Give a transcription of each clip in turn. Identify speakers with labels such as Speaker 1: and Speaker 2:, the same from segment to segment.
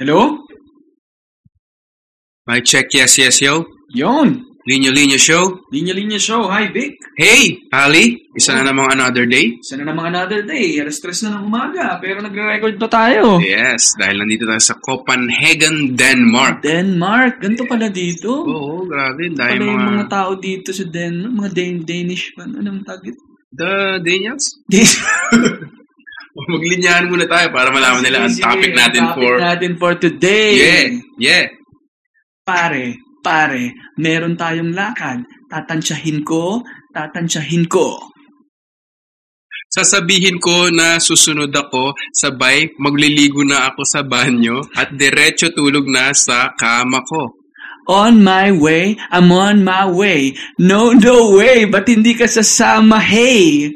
Speaker 1: Hello?
Speaker 2: Mic check, yes, yes, yo.
Speaker 1: Yon!
Speaker 2: Linya Linya Show.
Speaker 1: Linya-linya show. Hi, Vic.
Speaker 2: Hey, Ali, isa na namang another day.
Speaker 1: Isa na namang another day. Alas stress na ng umaga. Pero nagre-record pa tayo.
Speaker 2: Yes, dahil nandito tayo sa Copenhagen, Denmark.
Speaker 1: Denmark. Ganito pala dito.
Speaker 2: Oo, grabe.
Speaker 1: Pala yung
Speaker 2: Dahil Oh, mga...
Speaker 1: mga tao dito sa Denmark. Mga Dan- Danish Ano man. Anong tagit?
Speaker 2: The Daniels?
Speaker 1: Danish.
Speaker 2: Maglinyahan muna tayo para malaman nila ang
Speaker 1: Sige,
Speaker 2: topic
Speaker 1: ang
Speaker 2: natin
Speaker 1: topic
Speaker 2: for...
Speaker 1: natin for today.
Speaker 2: Yeah, yeah.
Speaker 1: Pare, pare, meron tayong lakad. Tatansyahin ko, tatansyahin ko.
Speaker 2: Sasabihin ko na susunod ako, sabay magliligo na ako sa banyo at diretso tulog na sa kama ko.
Speaker 1: On my way, I'm on my way. No, no way, ba't hindi ka sasama, hey?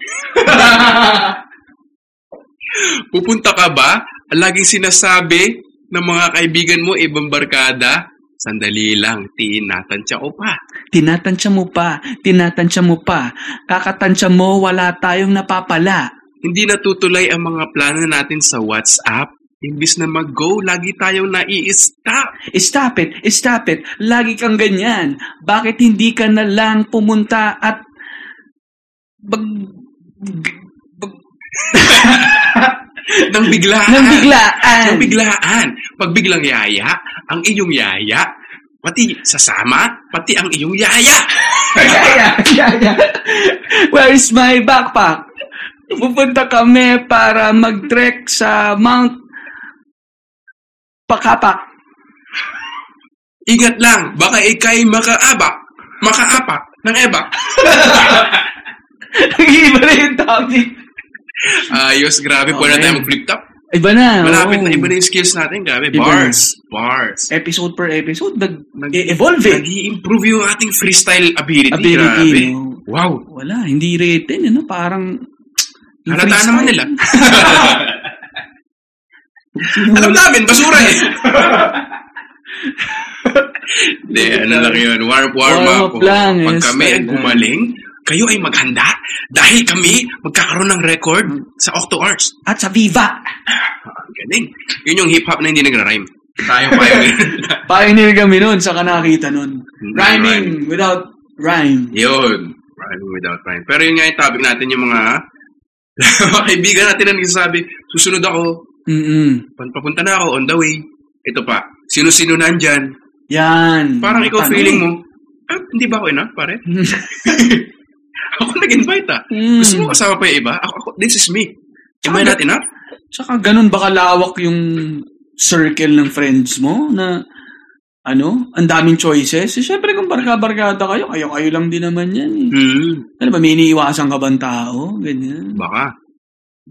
Speaker 2: Pupunta ka ba? Laging sinasabi ng mga kaibigan mo ibang barkada, sandali lang, tinatansya ko pa.
Speaker 1: Tinatansya mo pa, tinatansya mo pa. Kakatansya mo, wala tayong napapala.
Speaker 2: Hindi natutuloy ang mga plano natin sa WhatsApp. Imbis na mag-go, lagi tayong nai-stop.
Speaker 1: Stop it, stop it. Lagi kang ganyan. Bakit hindi ka na lang pumunta at... Bag... bag- bag-
Speaker 2: Nang biglaan.
Speaker 1: nang biglaan.
Speaker 2: Nang biglaan. Pag biglang yaya, ang iyong yaya, pati sasama, pati ang iyong yaya.
Speaker 1: yeah, yeah, yeah. Where is my backpack? Pupunta kami para mag-trek sa Mount Pakapak.
Speaker 2: Ingat lang, baka ikay makaabak, makaapak ng ebak.
Speaker 1: Iba na yung topic.
Speaker 2: Ayos, grabe. Pwede na
Speaker 1: Okay.
Speaker 2: tayo mag-flip-top.
Speaker 1: Iba na.
Speaker 2: Malapit
Speaker 1: oo.
Speaker 2: na iba na yung skills natin. Grabe,
Speaker 1: Iba
Speaker 2: bars. Bars.
Speaker 1: Episode per episode, nag-
Speaker 2: Nag-
Speaker 1: evolve eh.
Speaker 2: Nag-i-improve yung ating freestyle ability.
Speaker 1: Ability,
Speaker 2: Grabe.
Speaker 1: no?
Speaker 2: Wow.
Speaker 1: Ah, Wala, hindi written, ano? Parang...
Speaker 2: Halata naman nila. Alam namin, basura eh. Hindi, ano lang yun. Warm, warm,
Speaker 1: Warm
Speaker 2: up.
Speaker 1: up lang, eh,
Speaker 2: Pag kami ay
Speaker 1: style lang.
Speaker 2: gumaling, kayo ay maghanda dahil kami magkakaroon ng record sa Octo Arts.
Speaker 1: At sa Viva!
Speaker 2: Ang galing. Yun yung hip-hop na hindi nagra-rhyme. Tayo pa yun.
Speaker 1: Pioneer kami nun, saka nakakita nun. Rhyming without rhyme.
Speaker 2: Yun. Rhyming without rhyme. Pero yun nga yung topic natin, yung mga mga kaibigan natin na nagsasabi, susunod ako,
Speaker 1: Mm-mm.
Speaker 2: pan- papunta na ako, on the way. Ito pa, sino-sino nandyan.
Speaker 1: Yan.
Speaker 2: Parang ikaw
Speaker 1: Tanong.
Speaker 2: feeling mo, ah, hindi ba ako enough, pare? ako nag-invite ah.
Speaker 1: Mm.
Speaker 2: Gusto mo kasama pa yung iba? Ako, ako, this is me. Am I
Speaker 1: Tsaka-
Speaker 2: not enough?
Speaker 1: Tsaka ganun ba kalawak yung circle ng friends mo na ano, ang daming choices. Eh, Siyempre kung barka-barkada kayo, kayo-kayo lang din naman yan. Eh.
Speaker 2: Hmm,
Speaker 1: Ano ba, may iniiwasan ka bang tao? Ganyan.
Speaker 2: baka.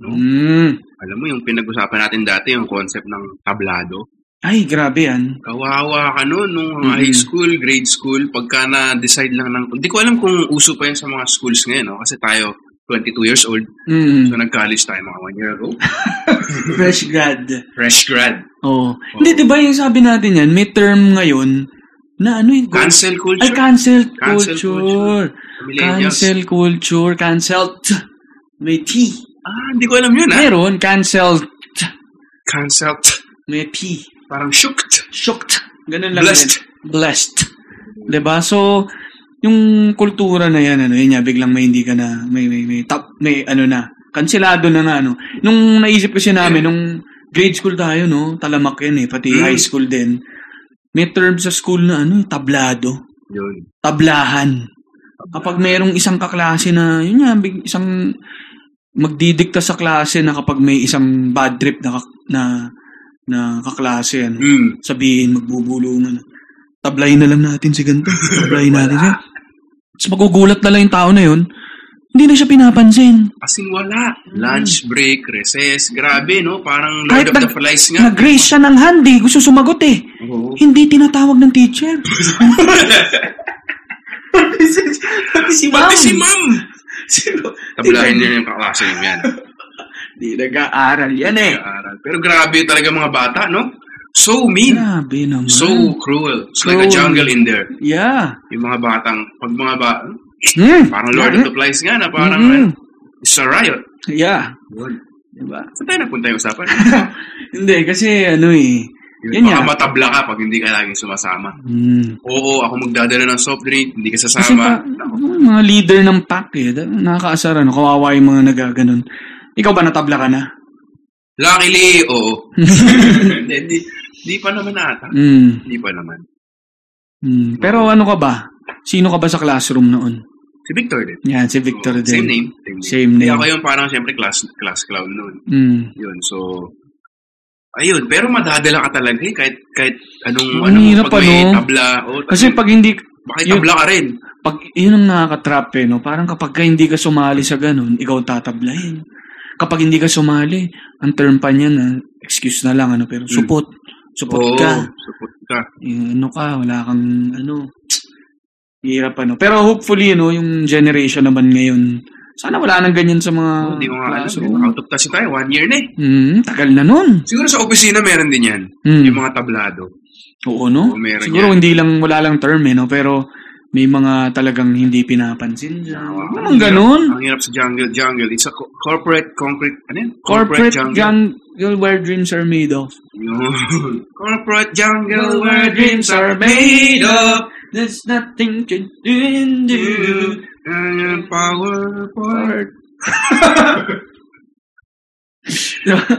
Speaker 1: Mm.
Speaker 2: Alam mo yung pinag-usapan natin dati, yung concept ng tablado.
Speaker 1: Ay, grabe yan.
Speaker 2: Kawawa ka noon nung
Speaker 1: Mhm.
Speaker 2: high school, grade school, pagka na-decide lang ng... Hindi ko alam kung uso pa yan sa mga schools ngayon, no? kasi tayo 22 years old, so
Speaker 1: Mm.
Speaker 2: nag-college tayo mga one year ago.
Speaker 1: Fresh grad.
Speaker 2: Fresh grad.
Speaker 1: Oo. Hindi, di ba yung sabi natin yan, may term ngayon na ano yung... Ay,
Speaker 2: Cancel culture.
Speaker 1: cancel
Speaker 2: Cancel
Speaker 1: culture.
Speaker 2: Millennials.
Speaker 1: Cancel culture. Cancel. May T.
Speaker 2: Ah, hindi ko alam yun ha.
Speaker 1: Meron, cancel.
Speaker 2: Cancel.
Speaker 1: May T.
Speaker 2: Parang shooked.
Speaker 1: shocked. Ganun lang
Speaker 2: Blessed.
Speaker 1: Din. Blessed. 'Di ba? So, yung kultura na yan, ano, yun nga, biglang may hindi ka na, may, may, may, top, may, ano na, kansilado na na, ano. Nung naisip kasi namin, nung grade school tayo, no, talamak yan eh, pati
Speaker 2: Mm.
Speaker 1: high school din, may term sa school na, ano, tablado,
Speaker 2: Yun.
Speaker 1: tablahan. Kapag merong isang kaklase na, yun nga, big, isang, magdidikta sa klase na kapag may isang bad trip na, kak- na, na kaklase, ano,
Speaker 2: Hmm.
Speaker 1: sabihin, magbubulungan. Tablayin na lang natin si ganito. Tablayin natin siya. Tapos magugulat na lang yung tao na yun. Hindi na siya pinapansin.
Speaker 2: Kasi wala. Lunch break, recess. Grabe, no? Parang
Speaker 1: Mm. Kahit
Speaker 2: Lord of
Speaker 1: nag-
Speaker 2: the Flies nga.
Speaker 1: Nag-raise siya ng hand eh. Gusto sumagot eh.
Speaker 2: Oo.
Speaker 1: Hindi tinatawag ng teacher. Pati si
Speaker 2: Pati si ma'am!
Speaker 1: Sino?
Speaker 2: Tablahin niya yung kaklase niya yan.
Speaker 1: Hindi nag-aaral yan eh.
Speaker 2: Nag-aaral. Pero grabe talaga mga bata, no? So mean.
Speaker 1: Grabe naman.
Speaker 2: So cruel. It's like
Speaker 1: Cruel.
Speaker 2: a jungle in there.
Speaker 1: yeah.
Speaker 2: Yung mga batang, pag mga ba,
Speaker 1: Hmm.
Speaker 2: eh, parang Lord of the Flies nga na parang
Speaker 1: Mhm.
Speaker 2: eh, it's a riot.
Speaker 1: Yeah.
Speaker 2: Yun.
Speaker 1: Diba?
Speaker 2: Saan tayo napunta yung usapan?
Speaker 1: Hindi, kasi ano eh, Yun
Speaker 2: Baka
Speaker 1: nga.
Speaker 2: matabla ka pag hindi ka laging sumasama.
Speaker 1: Hmm.
Speaker 2: Oo, ako magdadala ng soft drink, hindi ka
Speaker 1: Kasi pa,
Speaker 2: sasama.
Speaker 1: yung mga leader ng pack eh, da- nakakaasar ano, kawawa yung mga nagaganon. Ikaw ba natabla ka na?
Speaker 2: Luckily, oo. Hindi, hindi, hindi pa naman ata.
Speaker 1: Mm,
Speaker 2: Hindi pa naman.
Speaker 1: mm. Pero ano ka ba? Sino ka ba sa classroom noon?
Speaker 2: Si Victor din.
Speaker 1: Yan, si Victor
Speaker 2: Oo, Same
Speaker 1: din.
Speaker 2: name.
Speaker 1: Same
Speaker 2: Hindi,
Speaker 1: name.
Speaker 2: ako yung parang siyempre class, class clown noon.
Speaker 1: Mm.
Speaker 2: Yun, so... Ayun, pero madadala ka talaga eh, kahit, kahit anong,
Speaker 1: Ang
Speaker 2: anong
Speaker 1: hirap,
Speaker 2: pag may
Speaker 1: ano?
Speaker 2: tabla. oo,
Speaker 1: Kasi pag hindi,
Speaker 2: bakit tabla ka rin?
Speaker 1: pag yun ang nakakatrap eh, no? parang kapag ka hindi ka sumali sa ganun, ikaw tatablahin. Kapag hindi ka sumali, ang term pa niyan, ah, excuse na lang, ano, pero support. Support
Speaker 2: Hmm. Oo,
Speaker 1: ka.
Speaker 2: support ka.
Speaker 1: Yung ano ka, wala kang, ano, hirap ano. Pero hopefully, ano, yung generation naman ngayon, sana wala nang ganyan sa mga
Speaker 2: Hindi ko nga alam.
Speaker 1: classroom.
Speaker 2: eh, Out of kasi tayo, one year na eh.
Speaker 1: Mm, tagal na nun.
Speaker 2: Siguro sa opisina meron din yan.
Speaker 1: Mm.
Speaker 2: Yung mga tablado.
Speaker 1: Oo, no?
Speaker 2: Oo, meron
Speaker 1: Siguro
Speaker 2: yan.
Speaker 1: hindi lang, wala lang term, eh, no? Pero may mga talagang hindi pinapansin. Yung
Speaker 2: Ang
Speaker 1: mga
Speaker 2: hirap-
Speaker 1: ganun.
Speaker 2: Ang hirap sa jungle, jungle. It's a co- corporate concrete, ano yan?
Speaker 1: Corporate jungle where dreams are made of.
Speaker 2: Yun. corporate jungle where dreams are made of.
Speaker 1: There's nothing to do.
Speaker 2: And power, power.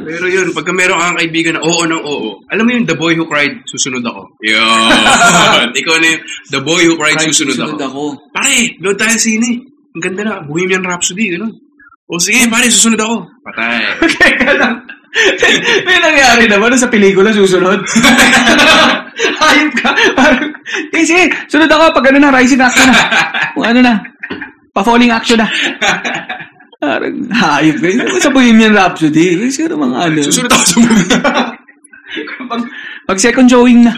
Speaker 2: Pero yun, pagka meron kang kaibigan na oo ng oo, alam mo yung The Boy Who Cried, susunod ako. Yun. Ikaw na yung The Boy Who Cried, susunod, ako. Pare, doon tayo sa sine. Ang ganda na, Bohemian Rhapsody, gano'n. O sige, pare, susunod ako. Patay.
Speaker 1: Teka lang. May nangyari na ba Ano sa pelikula susunod? Hayop ka. Parang, eh sige, sunod ako pag ano na, rising action na. Kung ano na, pa-falling action na. Parang hayop ka. Ano sa Bohemian Rhapsody? Eh, Siguro mga ano.
Speaker 2: Susunod ako sa movie.
Speaker 1: Pag, pag second showing na.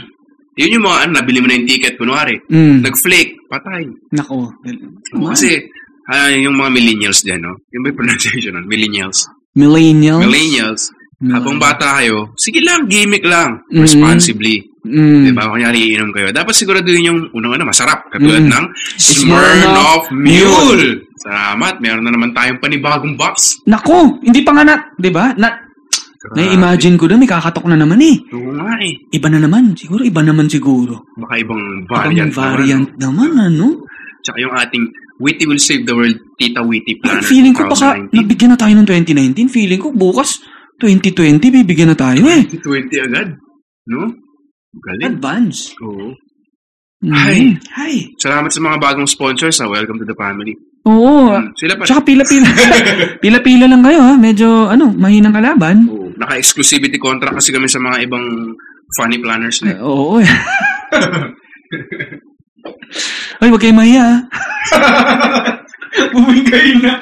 Speaker 2: yun yung mga ano, nabili mo na yung ticket, kunwari.
Speaker 1: Mm.
Speaker 2: Nag-flake, patay.
Speaker 1: Nako.
Speaker 2: Oo, Kasi, ah, yung mga millennials dyan, no? Yung may pronunciation nun, millennials. Oh,
Speaker 1: millennials.
Speaker 2: Millennials,
Speaker 1: Mm.
Speaker 2: habang bata kayo, sige lang, gimmick lang.
Speaker 1: Mm.
Speaker 2: Responsibly.
Speaker 1: Mm.
Speaker 2: Diba? Kunyari, iinom kayo. Dapat siguraduhin yung unang ano, masarap. Katulad
Speaker 1: Mm.
Speaker 2: ng
Speaker 1: Smirnoff
Speaker 2: Smirnoff Mule. Salamat. Meron na naman tayong panibagong box.
Speaker 1: Nako, hindi pa nga na, 'di ba? Na Na-imagine ko na may kakatok na naman eh.
Speaker 2: Oo nga eh.
Speaker 1: Iba na naman, siguro iba naman siguro.
Speaker 2: Baka ibang
Speaker 1: Variant,
Speaker 2: variant. naman,
Speaker 1: variant naman, ano?
Speaker 2: no? Tsaka yung ating Witty will save the world, Tita Witty Planner.
Speaker 1: feeling ko baka
Speaker 2: 2019.
Speaker 1: nabigyan na tayo ng 2019. Feeling ko bukas 2020 bibigyan na tayo eh.
Speaker 2: 2020 agad. No? Galing.
Speaker 1: Advance.
Speaker 2: Oo.
Speaker 1: Mm.
Speaker 2: Hi.
Speaker 1: Hi.
Speaker 2: Salamat sa mga bagong sponsors sa Welcome to the Family.
Speaker 1: Oo.
Speaker 2: Mm, Sila pa.
Speaker 1: Tsaka pila-pila. pila-pila lang kayo ha. Medyo, ano, mahinang kalaban.
Speaker 2: Oo. Naka-exclusivity contract kasi kami sa mga ibang funny planners na.
Speaker 1: Eh, Oo eh. Ay, huwag kayo mahiya ha. Buming kayo na.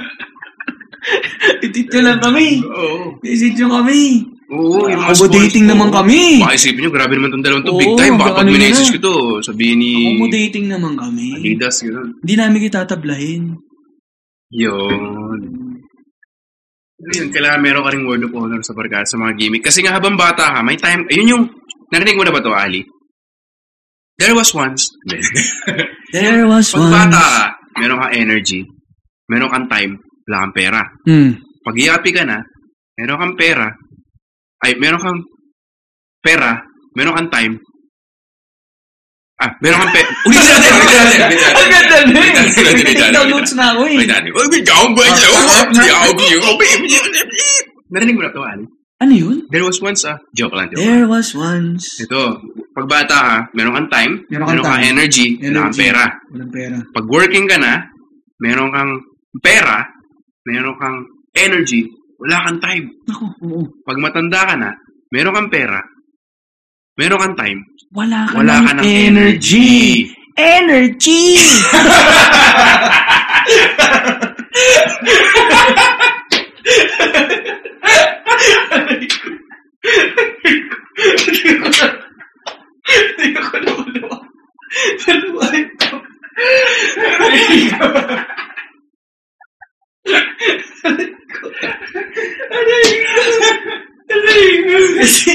Speaker 1: Itit nyo lang kami.
Speaker 2: eh. Oo.
Speaker 1: Itit nyo kami.
Speaker 2: Oo, yung mga
Speaker 1: Accommodating
Speaker 2: sponsors-
Speaker 1: naman
Speaker 2: Oo.
Speaker 1: kami.
Speaker 2: Baka isipin nyo, grabe naman itong dalawang to.
Speaker 1: Oo,
Speaker 2: Big time. Baka
Speaker 1: baka
Speaker 2: pag
Speaker 1: ano
Speaker 2: minessage
Speaker 1: na.
Speaker 2: ko to, sabihin ni
Speaker 1: Accommodating naman kami.
Speaker 2: Adidas, gano'n.
Speaker 1: Hindi namin kitatablahin.
Speaker 2: Yun. Yun, kailangan meron ka rin word of honor sa barkada sa mga gimmick. Kasi nga habang bata ka, may time, ayun yung, narinig mo na ba to, Ali? There was once,
Speaker 1: There was
Speaker 2: pag
Speaker 1: one.
Speaker 2: bata ka, meron kang energy, meron kang time, wala kang pera.
Speaker 1: Mm.
Speaker 2: Pag yapi ka na, meron kang pera, ay, meron kang pera, meron kang time, ah, meron kang pera. Ulit natin, ulit natin, ulit natin.
Speaker 1: Ang ganda na eh.
Speaker 2: Wait, wait, wait,
Speaker 1: May
Speaker 2: wait,
Speaker 1: down
Speaker 2: wait,
Speaker 1: notes na ako eh.
Speaker 2: Wait, ano? Uy, ikaw ba? Ikaw ba? Ikaw ba? Ikaw ba? Narinig mo na ito, Ali?
Speaker 1: Ano yun?
Speaker 2: There was once a... Joke lang, joke lang.
Speaker 1: There was once.
Speaker 2: Ito, pag bata ka, meron kang time,
Speaker 1: Meron
Speaker 2: meron
Speaker 1: kang
Speaker 2: kang,
Speaker 1: time.
Speaker 2: energy, meron kang
Speaker 1: Energy.
Speaker 2: pera.
Speaker 1: Walang pera.
Speaker 2: Pag working ka na, meron kang pera, meron kang energy, wala kang time.
Speaker 1: Ako, oo.
Speaker 2: Pag matanda ka na, meron kang pera, meron kang time,
Speaker 1: Wala ka,
Speaker 2: wala
Speaker 1: ng,
Speaker 2: ka ng
Speaker 1: energy.
Speaker 2: energy.
Speaker 1: Energy! Hindi ko na wala. Kasi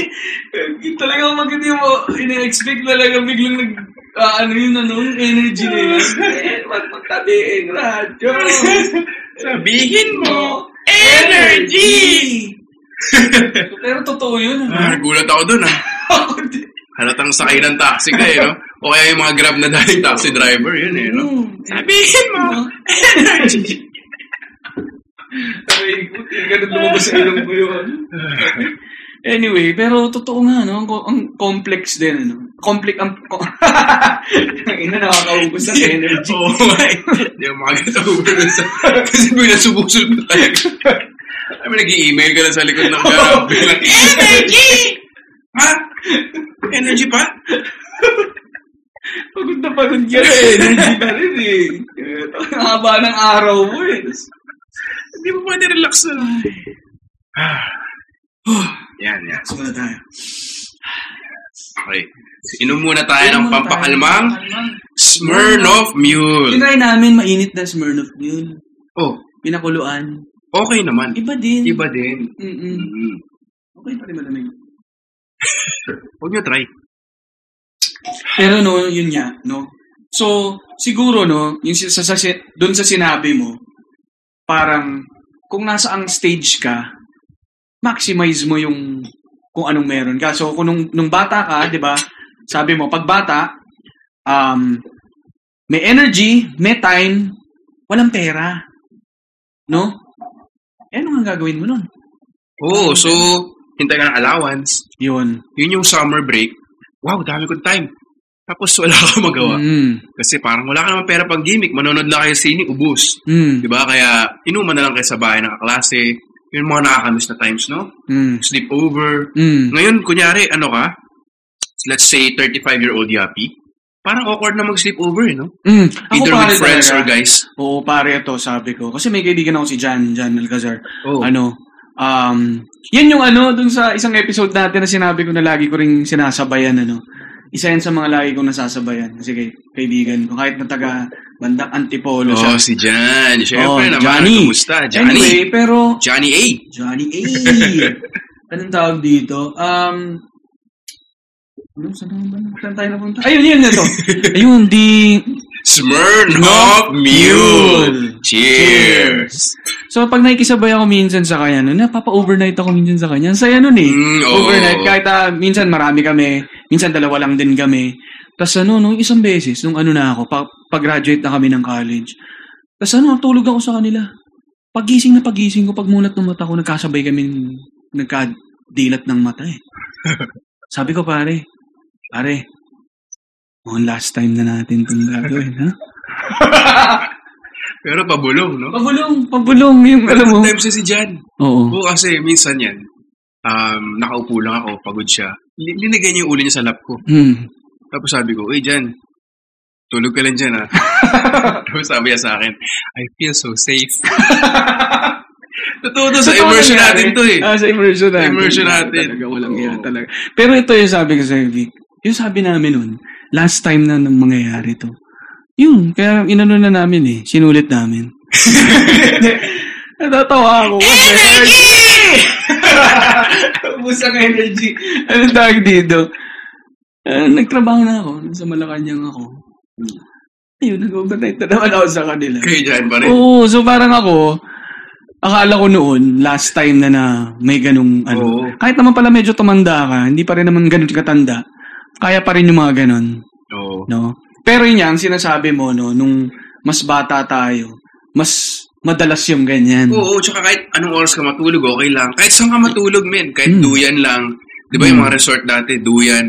Speaker 1: talagang mag hindi gitu, mo ina-expect talaga biglang nag ah, ano yun ano yung energy na yun. Eh, Wag magtabiing radyo.
Speaker 2: Sabihin mo,
Speaker 1: Energy! Pero totoo yun. ano? ya,
Speaker 2: Ah. Nagulat ako dun ah.
Speaker 1: Ako din.
Speaker 2: Halatang sakay ng taxi ka eh, no? O kaya yung mga grab na dahil taxi driver, yun eh, no?
Speaker 1: Oo.
Speaker 2: Sabihin mo! Energy!
Speaker 1: Ay, puti, ganun lumabas sa ilong ko yun. Anyway, pero totoo nga, no? Ang, co- ang complex din, ano? Complex, ang... Co- ang ina, nakakaubos ng energy.
Speaker 2: Oo, nga eh. Hindi ako makakatawa na sa... Kasi bigla sumusunod talaga. Ay, may nag-i-email ka na sa likod ng grab. Biglang, Energy! Ha? Energy pa?
Speaker 1: Pagod na pagod ka na eh. Energy pa rin eh. Ang haba ng araw mo eh.
Speaker 2: Hindi mo pwede relax na. Ah. Huh. yan, yan.
Speaker 1: Pasok na tayo.
Speaker 2: Okay. Inom muna tayo ng
Speaker 1: Inom muna
Speaker 2: pampakalmang
Speaker 1: tayo. Pampakalmang.
Speaker 2: Smirnoff Mule.
Speaker 1: Tinry namin mainit na Smirnoff yun.
Speaker 2: Oh,
Speaker 1: Pinakuluan.
Speaker 2: okay naman.
Speaker 1: Iba din.
Speaker 2: Iba din.
Speaker 1: Mm-mm.
Speaker 2: Mm.
Speaker 1: Okay pa rin malamig.
Speaker 2: Huwag nyo try.
Speaker 1: Pero no, yun nga, no? So, siguro, no, yung sa, sa, sa- dun sa sinabi mo, parang, kung nasa ang stage ka, maximize mo yung kung anong meron ka. So, kung nung, nung bata ka, di ba, sabi mo, pag bata, um, may energy, may time, walang pera. No? Eh, ano nga gagawin mo nun?
Speaker 2: Oo, oh, so, hintay ka ng allowance.
Speaker 1: Yun.
Speaker 2: Yun yung summer break. Wow, dami kong time. Tapos wala ka magawa.
Speaker 1: Mm.
Speaker 2: Kasi parang wala ka naman pera pang gimmick. Manonood lang kayo sa sini, ubus.
Speaker 1: Mm.
Speaker 2: Diba? Kaya inuman na lang kayo sa bahay ng kaklase. Yun mga nakakamiss na times, no?
Speaker 1: Mm.
Speaker 2: Sleepover.
Speaker 1: Mm.
Speaker 2: Ngayon, kunyari, ano ka? Let's say 35-year-old yappy. Parang awkward na mag-sleepover, eh, no?
Speaker 1: Mm. Ako
Speaker 2: Either
Speaker 1: pare
Speaker 2: with friends
Speaker 1: talaga.
Speaker 2: or guys.
Speaker 1: Oo, pare ito, sabi ko. Kasi may kaibigan ako si Jan, Jan Alcazar.
Speaker 2: Oo.
Speaker 1: Ano, um, yan yung ano, dun sa isang episode natin na sinabi ko na lagi ko rin sinasabayan, ano. Isa yan sa mga lagi kong nasasabayan. Kasi kay, kaibigan ko, kahit na taga bandang antipolo Ano siya.
Speaker 2: Oh, si Jan. Siyempre
Speaker 1: Oo,
Speaker 2: naman.
Speaker 1: Johnny.
Speaker 2: Kumusta? Johnny.
Speaker 1: Anyway, pero
Speaker 2: Johnny A.
Speaker 1: Johnny A. Anong tawag dito? Um, ano, saan na ba? Saan tayo napunta? Ayun, yun, ito. Ayun, di...
Speaker 2: Smirnoff
Speaker 1: Mule.
Speaker 2: Mule. Cheers.
Speaker 1: So, pag nakikisabay ako minsan sa kanya, no, napapa-overnight ako minsan sa kanya. Ang saya nun eh.
Speaker 2: Mm, oo.
Speaker 1: Overnight. Kahit ah, minsan marami kami, minsan dalawa lang din kami. Tapos ano, no, isang beses, nung ano na ako, pa- pag-graduate na kami ng college. Tapos ano, tulog ako sa kanila. Pagising na pagising ko, pag mulat ng mata ko, nagkasabay kami, nagkadilat ng mata eh. Sabi ko, pare, pare, on last time na natin itong gagawin, ha?
Speaker 2: Pero pabulong, no?
Speaker 1: Pabulong, pabulong yung, alam mo.
Speaker 2: Times na si Jan.
Speaker 1: Oo.
Speaker 2: Oo, kasi minsan yan. Um, nakaupo lang ako, pagod siya. Li- Linagay niya yung ulo niya sa lap ko.
Speaker 1: Hmm.
Speaker 2: Tapos sabi ko, Uy, Jan, tulog ka lang dyan, ha? Tapos sabi niya sa akin, I feel so safe. Totoo to, sa
Speaker 1: Totoo
Speaker 2: immersion
Speaker 1: nangyari.
Speaker 2: natin to, eh.
Speaker 1: Ah, sa immersion natin.
Speaker 2: immersion natin.
Speaker 1: Talaga, walang
Speaker 2: Oo.
Speaker 1: iya talaga. Pero ito yung sabi ko sa Vic. Yung sabi namin nun, last time na nang mangyayari to. Yun, kaya inano na namin eh. Sinulit namin. Natatawa
Speaker 2: Eh,
Speaker 1: ako. Ah, Energy! Ubus ang energy. Anong tawag dito? Ah, nagtrabaho na ako. Sa Malacanang ako.
Speaker 2: Hmm.
Speaker 1: Ayun, nag-overnight na naman ako sa kanila.
Speaker 2: Kayo dyan pa rin.
Speaker 1: Oo, so parang ako, akala ko noon, last time na na may ganung ano.
Speaker 2: Oo.
Speaker 1: Kahit naman pala medyo tumanda ka, hindi pa rin naman ganun katanda, kaya pa rin yung mga ganun,
Speaker 2: Oo.
Speaker 1: no? Pero yun yan, sinasabi mo, no, nung mas bata tayo, mas madalas yung ganyan.
Speaker 2: Oo, tsaka kahit anong oras ka matulog, okay lang. Kahit saan ka matulog,
Speaker 1: Mm.
Speaker 2: men. Kahit duyan lang. Di ba yung mga resort dati, duyan.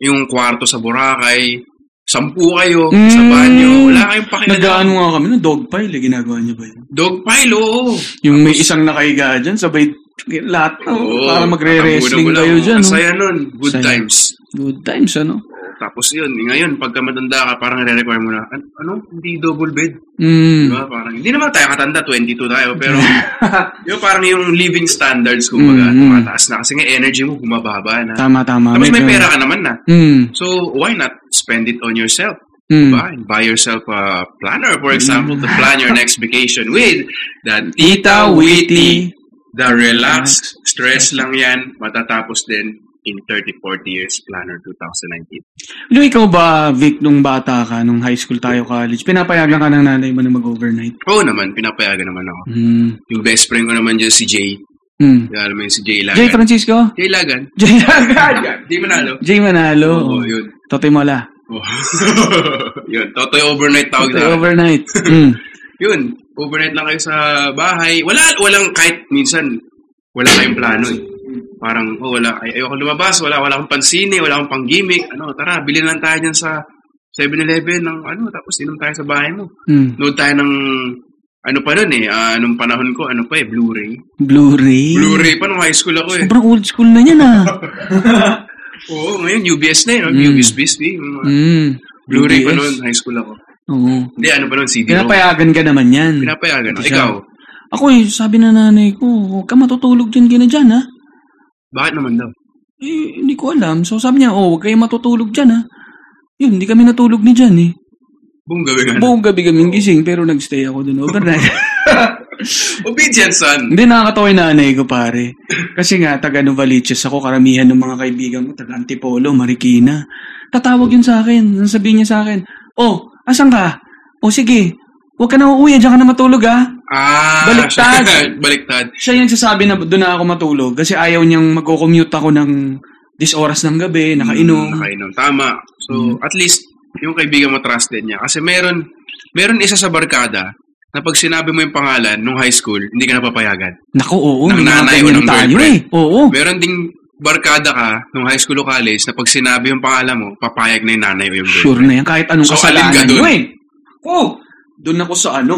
Speaker 2: Yung kwarto sa Boracay. Sampu kayo sa
Speaker 1: Mm.
Speaker 2: banyo. Wala kayong pakialam.
Speaker 1: Nagaano nga kami, no, dog pile, eh, ginagawa niyo ba yun?
Speaker 2: Dog pile, oo.
Speaker 1: Yung may isang nakahiga dyan, sabay lahat, no,
Speaker 2: Oo,
Speaker 1: para magre-wrestling
Speaker 2: tatambunan mo lang.
Speaker 1: kayo dyan,
Speaker 2: Ang
Speaker 1: no?
Speaker 2: saya nun. Good
Speaker 1: Saya.
Speaker 2: times.
Speaker 1: Good times, ano?
Speaker 2: Tapos yun, ngayon, pagka matanda ka, parang nare-require mo na, "An- ano, hindi double bed. Di
Speaker 1: Mm.
Speaker 2: ba? Parang, hindi naman tayo katanda, 22 tayo, pero yung parang yung living standards, kumbaga,
Speaker 1: Mm, mm.
Speaker 2: tumataas na. Kasi nga energy mo, bumababa na.
Speaker 1: Tama, tama.
Speaker 2: Tapos may
Speaker 1: medyo-
Speaker 2: pera ka naman na.
Speaker 1: Mm.
Speaker 2: So, why not spend it on yourself?
Speaker 1: Mm.
Speaker 2: Diba? And buy yourself a planner, for example, to plan your next vacation with the Tita Witty. The relax, stress lang yan, matatapos din in 30-40 years, planner 2019.
Speaker 1: Ano ikaw ba, Vic, nung bata ka, nung high school tayo, college, pinapayag lang ka ng nanay mo na mag-overnight?
Speaker 2: Oo naman, pinapayagan naman ako.
Speaker 1: Hmm.
Speaker 2: Yung best friend ko naman dyan si Jay.
Speaker 1: Hmm.
Speaker 2: Alam mo yun, si Jay Lagan.
Speaker 1: Jay Francisco?
Speaker 2: Jay Lagan.
Speaker 1: Jay Lagan!
Speaker 2: Jay Manalo.
Speaker 1: Jay Manalo.
Speaker 2: Oo, yun.
Speaker 1: Totoy Mola.
Speaker 2: Oh. yun, Totoy Overnight tawag
Speaker 1: Totoy
Speaker 2: na.
Speaker 1: Overnight. Mm.
Speaker 2: yun, overnight lang kayo sa bahay. Wala, walang kahit minsan, wala kayong plano eh. Parang, oh, wala, ay, ayoko lumabas, wala, wala akong pansin eh, wala akong pang-gimmick. Ano, tara, bilhin lang tayo dyan sa 7-Eleven ng ano, tapos inom tayo sa bahay mo.
Speaker 1: Mm.
Speaker 2: Nood tayo ng, ano pa nun eh, ah, nung panahon ko, ano pa eh, Blu-ray.
Speaker 1: Blu-ray.
Speaker 2: Blu-ray pa nung high school ako eh.
Speaker 1: Sobrang old school na yan ah.
Speaker 2: Oo, ngayon, UBS na yun, no?
Speaker 1: Mm.
Speaker 2: UBS Disney. eh, yung mga-
Speaker 1: mm.
Speaker 2: Blu-ray pa
Speaker 1: BS.
Speaker 2: nun, high school ako.
Speaker 1: Oo.
Speaker 2: Hindi, ano pa nun, CD. ako.
Speaker 1: Pinapayagan ka naman yan.
Speaker 2: Pinapayagan. ako.
Speaker 1: Hindi siya.
Speaker 2: Ikaw,
Speaker 1: Ako eh, sabi na nanay ko, huwag ka matutulog dyan, gina dyan ah." ha.
Speaker 2: bakit naman daw?
Speaker 1: Eh, hindi ko alam. So sabi niya, oh, huwag kayo matutulog dyan ha. Yun, hindi kami natulog ni Jan eh.
Speaker 2: Buong gawin nga.
Speaker 1: Buong gabi kaming gising, pero nagstay ako dun overnight.
Speaker 2: Obedient son.
Speaker 1: Hindi nakakatawa yung nanay ko, pare. Kasi nga, taga Novaliches ako, karamihan ng mga kaibigan ko, taga Antipolo, Marikina. Tatawag yun sa akin, sabihin niya sa akin, Oh, asan ka? O oh, sige, huwag ka na uuwi, diyan ka na matulog ah.
Speaker 2: Ah,
Speaker 1: Baliktad.
Speaker 2: siya- baliktad.
Speaker 1: Siya yung sasabi na doon na ako matulog kasi ayaw niyang magko-commute ako ng this oras ng gabi, nakainom. Mm-hmm.
Speaker 2: Nakainom. Tama. So, at least, yung kaibigan mo trusted niya. Kasi meron, meron isa sa barkada na pag sinabi mo yung pangalan nung high school, hindi ka napapayagan.
Speaker 1: Naku, oo,
Speaker 2: Ng
Speaker 1: may mga
Speaker 2: nanay o
Speaker 1: ganyan
Speaker 2: ng
Speaker 1: tayo eh.
Speaker 2: girlfriend.
Speaker 1: Oo.
Speaker 2: Meron ding barkada ka nung high school o college na pag sinabi yung pangalan mo, papayag na yung nanay o yung girl.
Speaker 1: Sure na yan, kahit anong
Speaker 2: So, alin ka
Speaker 1: kasalanan
Speaker 2: dun?
Speaker 1: nyo eh. Oo, doon ako sa ano.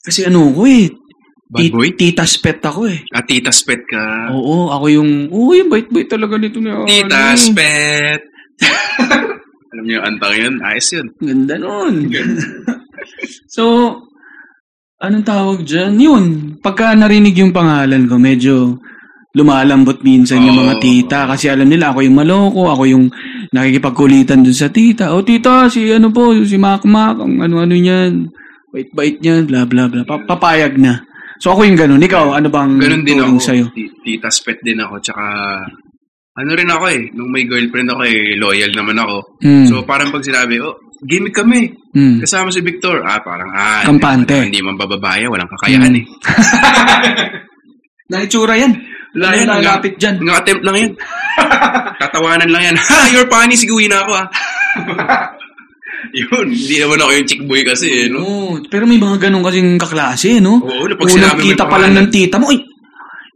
Speaker 1: Kasi ano ko eh,
Speaker 2: Bad boy?
Speaker 1: titas pet ako eh.
Speaker 2: At titas pet ka.
Speaker 1: Oo, ako yung, oo, yung bait-bait talaga nito na. ano
Speaker 2: Titas
Speaker 1: eh.
Speaker 2: pet. Alam niyo yung antang yun? Ayos yun.
Speaker 1: Ganda nun. so, anong tawag dyan? Yun, pagka narinig yung pangalan ko, medyo lumalambot minsan yung mga
Speaker 2: Oo.
Speaker 1: tita kasi alam nila ako yung maloko, ako yung nakikipagkulitan dun sa tita. O tita, si ano po, si Makmak, ang ano-ano niyan, bait-bait niyan, bla bla bla. Pa- papayag na. So ako yung ganun. Ikaw, ano bang
Speaker 2: Ganun din
Speaker 1: turing
Speaker 2: ako.
Speaker 1: sa'yo?
Speaker 2: Ti- Titas pet din ako. Tsaka, ano rin ako eh. Nung may girlfriend ako eh, loyal naman ako.
Speaker 1: Mm.
Speaker 2: So parang pag sinabi, oh, gimmick kami.
Speaker 1: Mm.
Speaker 2: Kasama si Victor. Ah, parang ah.
Speaker 1: Kampante.
Speaker 2: Hindi, hindi man bababaya, walang kakayahan eh.
Speaker 1: Na itsura yan. Wala yan, nalapit dyan.
Speaker 2: Nga attempt lang yan. Tatawanan lang yan. Ha, you're funny, siguin na ako ah. Yun, hindi naman ako yung chick boy kasi eh, no?
Speaker 1: Oo, pero may mga ganun kasing kaklase, no?
Speaker 2: Oo, no, pag
Speaker 1: Unang
Speaker 2: sinabi mo
Speaker 1: kita
Speaker 2: yung
Speaker 1: pa lang
Speaker 2: pangalan.
Speaker 1: ng tita mo, "Uy,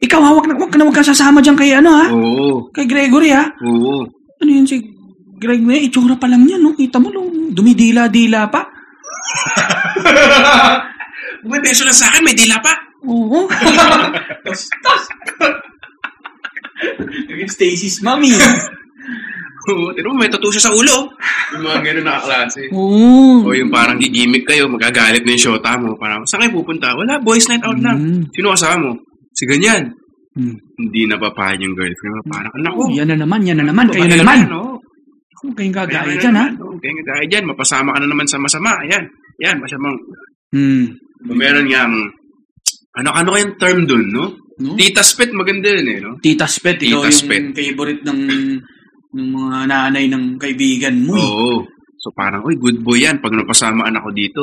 Speaker 1: ikaw ha, wag na, wag ka na magkasasama dyan kay ano ha?
Speaker 2: Oo,
Speaker 1: Kay Gregory ha?
Speaker 2: oo.
Speaker 1: Ano yun si Greg na yan? itsura pa lang niya, no? Kita mo, no? dumidila-dila pa.
Speaker 2: Bumibeso lang sa akin, may dila pa.
Speaker 1: Oo. Bastos. Naging Stacy's mommy.
Speaker 2: Oo, tinan mo, may tattoo siya sa ulo. Yung mga ganun na klase.
Speaker 1: Oo.
Speaker 2: O yung parang gigimik kayo, magagalit na yung shota mo. Parang, saan kayo pupunta? Wala, boys night out lang.
Speaker 1: Mm.
Speaker 2: Sino kasama mo? Si ganyan.
Speaker 1: Hmm.
Speaker 2: Hindi napapahan yung girlfriend mo. Parang, anak ko.
Speaker 1: Oh, yan na naman, yan na naman, kayo na
Speaker 2: Kaya
Speaker 1: naman.
Speaker 2: yan, oo.
Speaker 1: Ako kayong
Speaker 2: Kaya
Speaker 1: gagaya
Speaker 2: oh." na
Speaker 1: dyan ah. ha?
Speaker 2: naman, oo. Kaya nga gaya dyan. Mapasama ka na naman sa masama. Ayan. Ayan, masamang.
Speaker 1: Hmm.
Speaker 2: Meron yang, ano, ano kayang term dun, no?
Speaker 1: No?
Speaker 2: Tita spit, maganda yun eh, no?
Speaker 1: Tita Spet, ikaw
Speaker 2: Tita
Speaker 1: yung
Speaker 2: Spet.
Speaker 1: favorite ng ng mga nanay ng kaibigan mo. eh.
Speaker 2: Oo. So parang, oy, good boy yan. Pag napasamaan ako dito,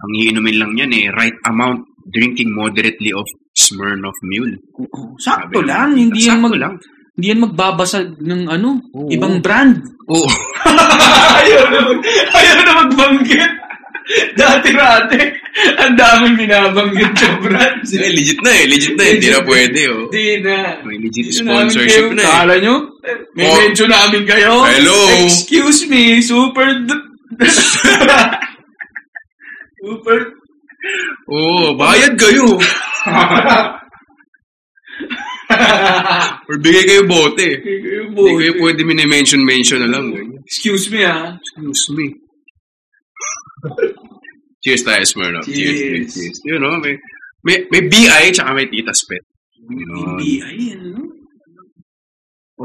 Speaker 2: ang iinumin lang yan eh, right amount, drinking moderately of Smirnoff Mule.
Speaker 1: Oo, sakto
Speaker 2: Sabi ng
Speaker 1: lang,
Speaker 2: tita.
Speaker 1: hindi yan
Speaker 2: Sakto
Speaker 1: mag
Speaker 2: lang.
Speaker 1: hindi yan magbabasag ng ano,
Speaker 2: Oo.
Speaker 1: ibang brand.
Speaker 2: Oo.
Speaker 1: ayaw na mag, ayaw na magbanggit. Dati-dati, ang daming binabanggit yung brands.
Speaker 2: Eh, legit na eh, legit na eh. Hindi na pwede oh.
Speaker 1: Hindi na.
Speaker 2: May legit sponsorship na eh.
Speaker 1: Kala nyo? May
Speaker 2: Oh.
Speaker 1: mention namin kayo.
Speaker 2: Hello.
Speaker 1: Excuse me, super... D- super...
Speaker 2: Oo, bayad kayo. Or bigay kayo bote. Hindi kayo pwede minimension-mention na lang. eh.
Speaker 1: Excuse me ah.
Speaker 2: Excuse me. Cheers tayo, Smirnoff. Cheers. Cheers.
Speaker 1: Cheers.
Speaker 2: cheers. You know, may, may, may BI tsaka may titas pet. Yun.
Speaker 1: Hindi, ay, ano?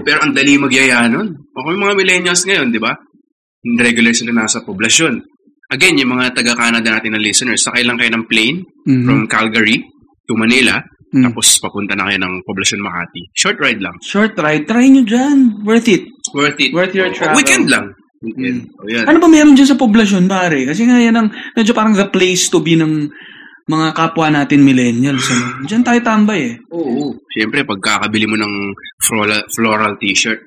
Speaker 2: Pero ang dali magyaya nun. O kung yung mga millennials ngayon, di ba? Regular sila nasa poblasyon. Again, yung mga taga-Canada natin na listeners, sakay lang kayo ng plane
Speaker 1: Mhm.
Speaker 2: from Calgary to Manila,
Speaker 1: Mm.
Speaker 2: tapos papunta na kayo ng poblasyon Makati. Short ride lang.
Speaker 1: Short ride, try nyo dyan. Worth it.
Speaker 2: Worth it.
Speaker 1: Worth your
Speaker 2: O,
Speaker 1: travel.
Speaker 2: Weekend lang.
Speaker 1: Mm-hmm.
Speaker 2: Weekend. O yan.
Speaker 1: Ano ba meron dyan sa poblasyon, pare? Kasi nga yan ang, medyo parang the place to be ng mga kapwa natin millennials. Ano? Diyan tayo tambay eh.
Speaker 2: Oo. Siyempre, pagkakabili mo ng floral, floral t-shirt,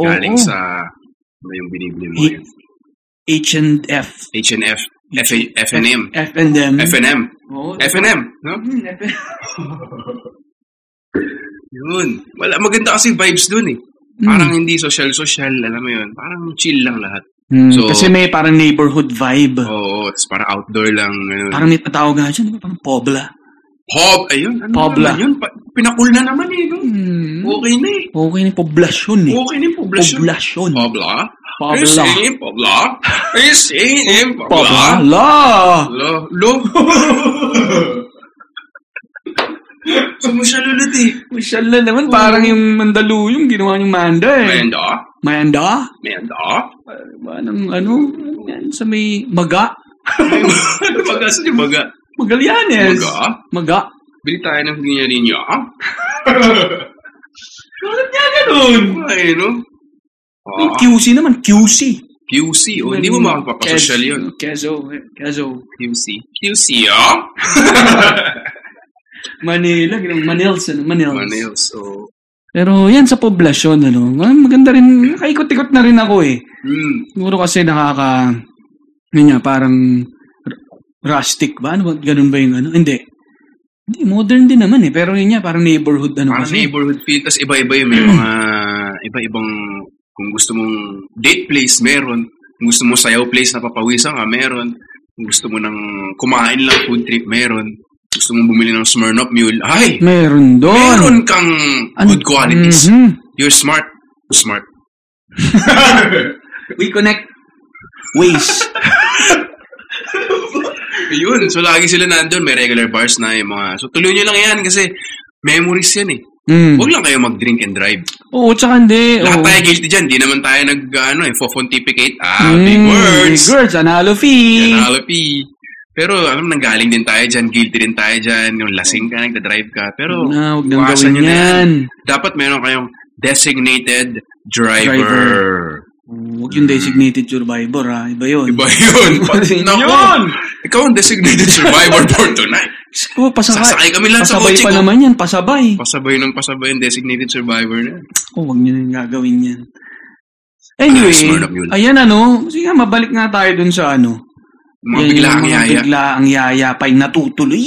Speaker 1: Oo.
Speaker 2: galing sa, ano yung binibili mo
Speaker 1: He-
Speaker 2: yun?
Speaker 1: H and F.
Speaker 2: H&F, F- F&M,
Speaker 1: F and M.
Speaker 2: F&M,
Speaker 1: Oo.
Speaker 2: F&M, no?
Speaker 1: Hmm, F and-
Speaker 2: Yun. Wala, maganda kasi vibes dun eh. Parang hindi social-social, alam mo yun. Parang chill lang lahat.
Speaker 1: Hmm,
Speaker 2: So- Oh.
Speaker 1: kasi may parang neighborhood vibe.
Speaker 2: Oo, tapos parang outdoor lang. Ano.
Speaker 1: Parang may patawag nga dyan, di ba? Parang Pobla.
Speaker 2: Hob, ayun. Ano
Speaker 1: Pobla.
Speaker 2: naman yun? Pa- pinakul na naman eh. No?
Speaker 1: Hmm.
Speaker 2: Okay na eh.
Speaker 1: Okay na yung poblasyon eh.
Speaker 2: Okay na yung poblasyon. Oh.
Speaker 1: Poblasyon.
Speaker 2: Pobla. Pobla. Are you
Speaker 1: Pobla.
Speaker 2: saying Pobla? Are you saying in Pobla?
Speaker 1: Pobla.
Speaker 2: Lo. Lo. Sumusalulot eh.
Speaker 1: Masyala naman, parang yung Mandaluyong ginawa niyong Manda eh.
Speaker 2: Menda.
Speaker 1: Manda?
Speaker 2: Menda.
Speaker 1: Anong ano? Ano yan? Sa may maga?
Speaker 2: Ano baga? Saan yung baga?
Speaker 1: Magallanes.
Speaker 2: Maga?
Speaker 1: Maga.
Speaker 2: Bili tayo ng ganyan niya.
Speaker 1: Bakit nga ganun?
Speaker 2: Ay, no?
Speaker 1: Yung
Speaker 2: Ah,
Speaker 1: QC naman, QC.
Speaker 2: QC. O, hindi mo makapapasosyal yun.
Speaker 1: Keso. Keso.
Speaker 2: QC. QC, ah?
Speaker 1: Manila. Ganun. Manils. Ano? Manils.
Speaker 2: Manils, so...
Speaker 1: Pero yan sa poblasyon, ano? ah, Maganda rin. Kaikot-ikot na rin ako eh.
Speaker 2: Hmm.
Speaker 1: Siguro kasi nakaka... Yun nga, parang r- rustic ba? Ano ba? Ganun ba yung ano? Hindi. Hindi, modern din naman eh. Pero yun nga, parang neighborhood ano
Speaker 2: Parang
Speaker 1: kasi.
Speaker 2: neighborhood feel. Tapos iba-iba yun. May mga iba-ibang... Kung gusto mong date place, meron. Kung gusto mong sayaw place na papawisan ka, meron. Kung gusto mo ng kumain lang food trip, meron. Gusto mong bumili ng Smirnoff Mule, ay!
Speaker 1: Meron doon.
Speaker 2: Meron kang
Speaker 1: An-
Speaker 2: good qualities.
Speaker 1: Mhm.
Speaker 2: You're smart. Smart.
Speaker 1: We connect ways.
Speaker 2: Yun. So, lagi sila nandun. May regular bars na yung mga... So, tuloy nyo lang yan kasi memories yan eh.
Speaker 1: mm.
Speaker 2: Huwag lang kayo mag-drink and drive.
Speaker 1: Oo, tsaka hindi.
Speaker 2: Lahat
Speaker 1: oo.
Speaker 2: tayo guilty dyan. Di naman tayo nag, ano eh, fontificate. Ah,
Speaker 1: Mm,
Speaker 2: big words.
Speaker 1: Big words, analo fee.
Speaker 2: Yan, LP. Pero, alam, nanggaling din tayo dyan. Guilty din tayo dyan. Yung lasing ka, nagda-drive ka. Pero,
Speaker 1: Na, huwag nang gawin
Speaker 2: iwasan nyo na
Speaker 1: yan.
Speaker 2: Dapat meron kayong designated driver.
Speaker 1: Huwag yung designated survivor, ha? Iba yun.
Speaker 2: Iba Diba yun.
Speaker 1: Yun!
Speaker 2: Naku, Ikaw ang designated survivor for tonight.
Speaker 1: Ko, pasaka-
Speaker 2: Sasakay kami lang sa
Speaker 1: pasabay
Speaker 2: kotse
Speaker 1: pa
Speaker 2: ko.
Speaker 1: naman yan, pasabay.
Speaker 2: Pasabay ng pasabay yung designated survivor na. yan.
Speaker 1: Oh, wag nyo nang gagawin yan. Anyway,
Speaker 2: Ah, smart up yun.
Speaker 1: ayan ano, sige nga, mabalik nga tayo dun sa ano. Yan
Speaker 2: Mga
Speaker 1: yung
Speaker 2: bigla ang
Speaker 1: mga
Speaker 2: yaya.
Speaker 1: Bigla ang yaya pa yung natutuloy.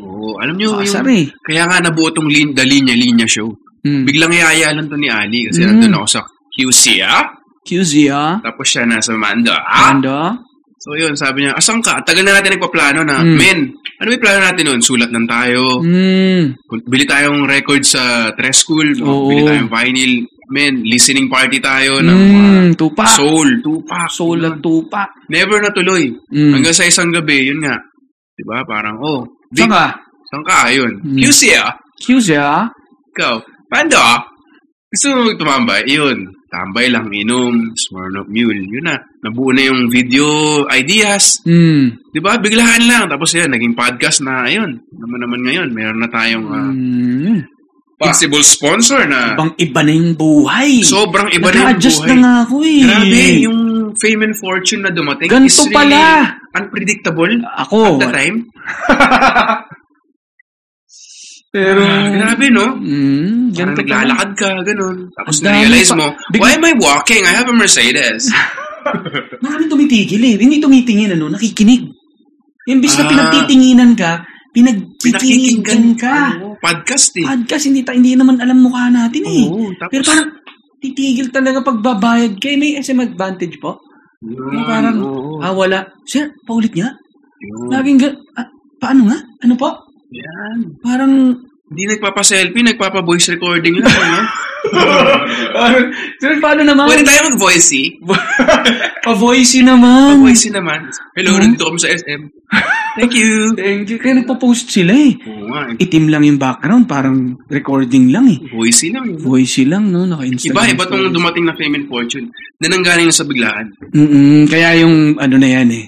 Speaker 2: Oo, alam nyo, yung-
Speaker 1: Kasar eh.
Speaker 2: kaya nga nabuo tong lin, The Linya Linya Show.
Speaker 1: Mm.
Speaker 2: Biglang yaya lang to ni Ali kasi
Speaker 1: Mm.
Speaker 2: nandun ako sa QC, ah?
Speaker 1: QZ ah.
Speaker 2: Tapos siya nasa Manda, ah?
Speaker 1: Manda.
Speaker 2: So yun, sabi niya, asan ka? Tagal na natin nagpaplano na,
Speaker 1: Mm.
Speaker 2: men, ano yung plano natin nun? Sulat lang tayo,
Speaker 1: Mm.
Speaker 2: bili tayong record sa Tres School,
Speaker 1: Oo.
Speaker 2: bili tayong vinyl, men, listening party tayo ng mga
Speaker 1: Mm. Tupa.
Speaker 2: soul, tupak.
Speaker 1: Soul at tupa.
Speaker 2: Never natuloy.
Speaker 1: Mm.
Speaker 2: Hanggang sa isang gabi, yun nga. Diba? Parang, oh, Vic,
Speaker 1: Saka,
Speaker 2: saan ka? Ayun.
Speaker 1: Mm.
Speaker 2: QC ah.
Speaker 1: QZ ah.
Speaker 2: Ikaw. Panda ah. Gusto mo magtumambay? Yun. Tambay lang, inom, Smirnoff Mule. Yun na. Nabuo na yung video ideas.
Speaker 1: Mm.
Speaker 2: Diba? Biglaan lang. Tapos yan, naging podcast na, ayun. Naman naman ngayon, meron na tayong ah,
Speaker 1: Mm.
Speaker 2: possible sponsor na
Speaker 1: Ibang iba na yung buhay.
Speaker 2: sobrang Ah. iba na yung
Speaker 1: Nag-adjust
Speaker 2: buhay.
Speaker 1: na nga ako eh.
Speaker 2: Grabe, yung fame and fortune na dumating
Speaker 1: Ganito
Speaker 2: is really
Speaker 1: pala. Oh,
Speaker 2: unpredictable
Speaker 1: Ako.
Speaker 2: at the time.
Speaker 1: Pero,
Speaker 2: Ah, grabe, no?
Speaker 1: mm,
Speaker 2: Parang
Speaker 1: ganito pala.
Speaker 2: naglalakad ka, ganun. Tapos
Speaker 1: Ang dami
Speaker 2: na-realize
Speaker 1: pa-
Speaker 2: mo,
Speaker 1: Bigla-
Speaker 2: why am I walking? I have a Mercedes.
Speaker 1: Maraming tumitigil eh. Hindi tumitingin, ano, nakikinig. Imbis na
Speaker 2: Ah.
Speaker 1: pinagtitinginan ka, pinagkikinigan
Speaker 2: Pinakikinggan
Speaker 1: ka.
Speaker 2: Oo, Podcast eh.
Speaker 1: Podcast, hindi, ta, hindi naman alam mukha natin eh.
Speaker 2: Oo, tapos-
Speaker 1: Pero parang, titigil talaga pagbabayad kayo. May SM advantage po. Na
Speaker 2: Yun,
Speaker 1: parang,
Speaker 2: Mm, oo, Mm.
Speaker 1: ah, wala. Sir, paulit niya?
Speaker 2: yun.
Speaker 1: Laging, ga- ah, paano nga? Ano po?
Speaker 2: Yan.
Speaker 1: Parang,
Speaker 2: Hindi nagpapa-selfie, nagpapa-voice recording lang. ano?
Speaker 1: sir, paano naman?
Speaker 2: Pwede tayo mag-voicey.
Speaker 1: Pa-voicey naman.
Speaker 2: Voicey naman.
Speaker 1: Hmm?
Speaker 2: Hello, nandito kami sa SM. Thank you.
Speaker 1: Thank you. Kaya nagpo-post sila eh.
Speaker 2: Oo nga, eh.
Speaker 1: Itim lang yung background, parang recording lang eh.
Speaker 2: voicey lang. yun.
Speaker 1: Voicey lang, no? Naka-Instagram.
Speaker 2: Iba, iba tong dumating na fame and fortune na nanggaling na sa biglaan.
Speaker 1: Mm-mm. Kaya yung, ano na yan eh.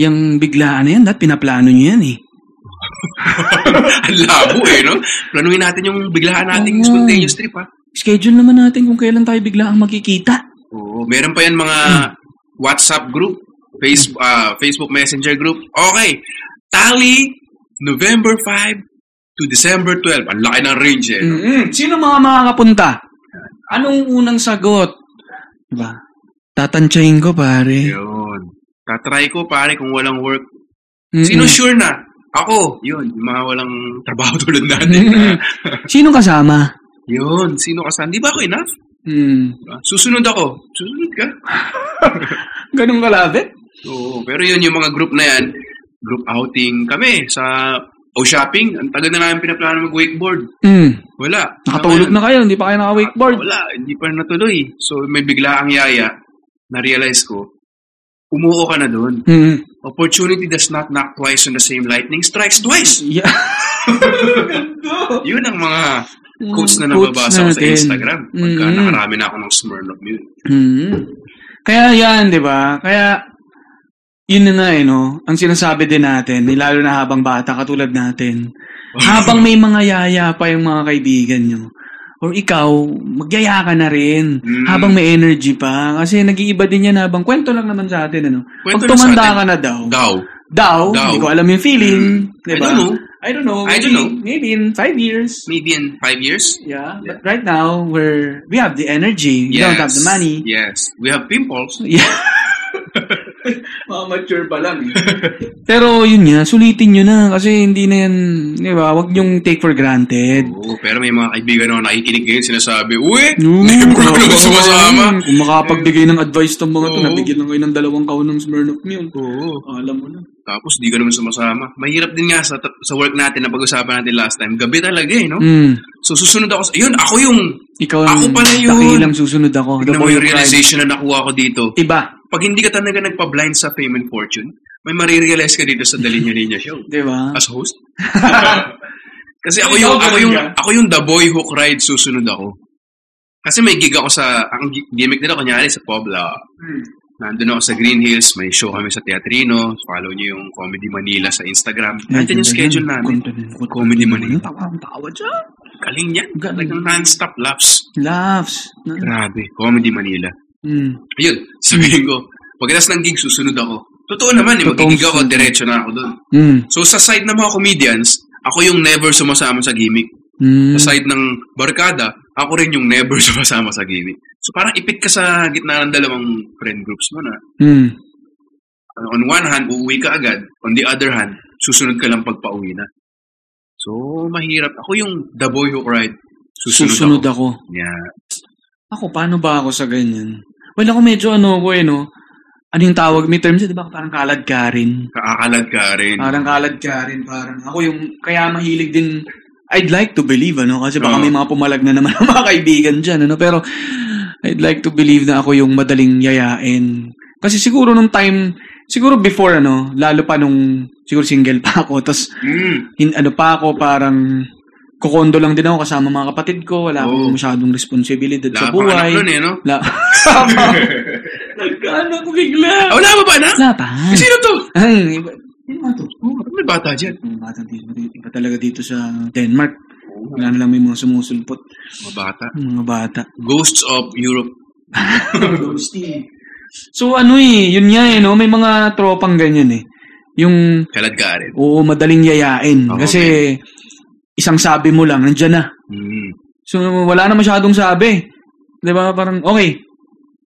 Speaker 1: Yung biglaan na yan, dahil pinaplano nyo yan eh.
Speaker 2: Ang labo eh, no? Planuhin natin yung biglaan nating
Speaker 1: Oo. eh.
Speaker 2: spontaneous trip, ha?
Speaker 1: Schedule naman natin kung kailan tayo biglaang makikita.
Speaker 2: Oo. Meron pa yan mga ah, WhatsApp group, Facebook, Facebook Messenger group. Okay. Tally November 5 to December 12. Ang laki ng range eh. no?
Speaker 1: mm Sino mga makakapunta? Anong unang sagot? Diba? Tatantsahin ko, pare.
Speaker 2: Yun. Tatry ko pare kung walang work.
Speaker 1: Mm-mm.
Speaker 2: Sino sure na? Ako. Yun. Yung mga walang trabaho tulad
Speaker 1: Mm-mm.
Speaker 2: natin.
Speaker 1: Sinong kasama?
Speaker 2: Yun. Sino ka saan? Di ba ako enough?
Speaker 1: Mm.
Speaker 2: Diba? Susunod ako. Susunod ka.
Speaker 1: Ganun kalapit?
Speaker 2: Oo. Pero yun yung mga group na yan. Group outing kami sa o shopping. Ang tagal na namin pinaplano mag-wakeboard.
Speaker 1: Mm.
Speaker 2: Wala.
Speaker 1: Nakatulog na kayo, hindi pa kayo naka-wakeboard.
Speaker 2: Wala, hindi pa natuloy. So, may bigla ang yaya, na-realize ko, umuo ka na doon.
Speaker 1: Mm.
Speaker 2: Opportunity does not knock twice on the same lightning, strikes twice.
Speaker 1: Yeah.
Speaker 2: Yun ang mga
Speaker 1: Mm,
Speaker 2: quotes na
Speaker 1: quotes Mm.
Speaker 2: nababasa ko sa
Speaker 1: natin.
Speaker 2: Instagram. Pagka
Speaker 1: Mm-mm.
Speaker 2: nakarami na ako ng Smirnoff yun.
Speaker 1: Mm. Kaya yan, di ba? Kaya, yun na nga eh, no? Ang sinasabi din natin, eh, lalo na habang bata, katulad natin, habang may mga yaya pa yung mga kaibigan nyo, or ikaw, magyaya ka na rin,
Speaker 2: Mm.
Speaker 1: habang may energy pa, kasi nag-iiba din yan habang, kwento lang naman sa atin, ano? Pag
Speaker 2: Kwento lang sa
Speaker 1: tumanda
Speaker 2: atin.
Speaker 1: ka na daw,
Speaker 2: Daw.
Speaker 1: daw,
Speaker 2: Daw. Hmm.
Speaker 1: hindi ko alam yung feeling,
Speaker 2: I
Speaker 1: di ba?
Speaker 2: don't know.
Speaker 1: I don't know.
Speaker 2: I don't
Speaker 1: Maybe-
Speaker 2: know.
Speaker 1: Maybe in five years.
Speaker 2: Maybe in five years?
Speaker 1: Yeah, but right now, we're, we have the energy, we
Speaker 2: Yes.
Speaker 1: don't have the money.
Speaker 2: Yes. We have pimples.
Speaker 1: Yeah. Mga mature pa lang. eh. Pero yun nga, sulitin nyo na kasi hindi na yan, di ba, wag nyong take for granted.
Speaker 2: Oo, pero may mga kaibigan ako nakikinig ngayon sinasabi, Uy,
Speaker 1: No,
Speaker 2: neighbor ko naman sumasama.
Speaker 1: Kung makapagbigay ng advice ng mga to,
Speaker 2: Oo.
Speaker 1: nabigyan lang kayo ng dalawang kaon ng Smirnoff Mule.
Speaker 2: Oo.
Speaker 1: Alam mo na.
Speaker 2: Tapos di ka naman sumasama. Mahirap din nga sa, sa work natin na pag-usapan natin last time. Gabi talaga eh, no?
Speaker 1: Mm.
Speaker 2: So susunod ako sa... Yun, ako yung...
Speaker 1: Ikaw ang
Speaker 2: Ako pala yun.
Speaker 1: dakilang susunod ako. The
Speaker 2: Tignan mo
Speaker 1: boy
Speaker 2: yung
Speaker 1: who cried.
Speaker 2: realization na nakuha ko dito.
Speaker 1: Iba.
Speaker 2: Pag hindi ka talaga nagpa-blind sa fame and fortune, may marirealize ka dito sa Dalinya Linya Show.
Speaker 1: Di ba?
Speaker 2: As host. Kasi ako yung, ako yung, ako yung the boy who cried susunod ako. Kasi may gig ako sa, ang gi- gimmick nila kunyari sa Puebla. Nandun ako sa Green Hills, may show kami sa Teatrino. Follow niyo yung Comedy Manila sa Instagram. Nandiyan yung schedule namin. Comedy Manila.
Speaker 1: Tawang-tawa dyan.
Speaker 2: Kaling niya.
Speaker 1: Galing.
Speaker 2: Talagang non-stop laughs.
Speaker 1: Laughs.
Speaker 2: Grabe. Comedy Manila.
Speaker 1: Mm.
Speaker 2: Ayun, sabihin ko, pagkatapos ng gig, susunod ako. Totoo naman, eh,
Speaker 1: Totoong
Speaker 2: magigig ako,
Speaker 1: susunod.
Speaker 2: diretso na ako doon.
Speaker 1: Mm.
Speaker 2: So sa side ng mga comedians, ako yung never sumasama sa gimmick.
Speaker 1: Mm.
Speaker 2: Sa side ng barkada, ako rin yung never sumasama sa gimmick. So parang ipit ka sa gitna ng dalawang friend groups mo na uh,
Speaker 1: Mm.
Speaker 2: on one hand, uuwi ka agad. On the other hand, susunod ka lang pagpauwi na. So, mahirap. Ako yung the boy who cried. Susunod,
Speaker 1: Susunod
Speaker 2: ako.
Speaker 1: ako.
Speaker 2: Yeah.
Speaker 1: Ako, paano ba ako sa ganyan? Well, ako medyo ano ko eh, no? Ano yung tawag? May terms, eh, di ba? Parang kaladkarin.
Speaker 2: Kaakalad ka rin.
Speaker 1: Parang kaladkarin, parang ako yung, kaya mahilig din, I'd like to believe, ano? Kasi baka
Speaker 2: Oo.
Speaker 1: may mga pumalag na naman ang mga kaibigan dyan, ano? Pero, I'd like to believe na ako yung madaling yayain. Kasi siguro nung time, siguro before, ano? Lalo pa nung, siguro single pa ako. Tapos,
Speaker 2: Mm.
Speaker 1: hin, ano pa ako, parang, kukondo lang din ako kasama mga kapatid ko. Wala
Speaker 2: Oo.
Speaker 1: akong masyadong responsibilidad sa
Speaker 2: Wala pang anak
Speaker 1: buhay.
Speaker 2: nun eh, no?
Speaker 1: La. Nagkaanak ko bigla.
Speaker 2: Ah, wala pa ba anak?
Speaker 1: Wala pa.
Speaker 2: Sino to?
Speaker 1: Ang iba. Sino nga to?
Speaker 2: Oh, may bata dyan.
Speaker 1: Ang bata dito. Iba talaga dito sa Denmark. Wala na lang may mga sumusulpot.
Speaker 2: Mga bata.
Speaker 1: Mga bata.
Speaker 2: Ghosts of Europe.
Speaker 1: so ano eh, yun nga eh, no? may mga tropang ganyan eh. Yung,
Speaker 2: Kalad ka rin.
Speaker 1: oo, madaling yayain.
Speaker 2: Oo,
Speaker 1: Kasi, isang sabi mo lang, nandyan na.
Speaker 2: Mm.
Speaker 1: So, wala na masyadong sabi. Di ba? Parang, okay.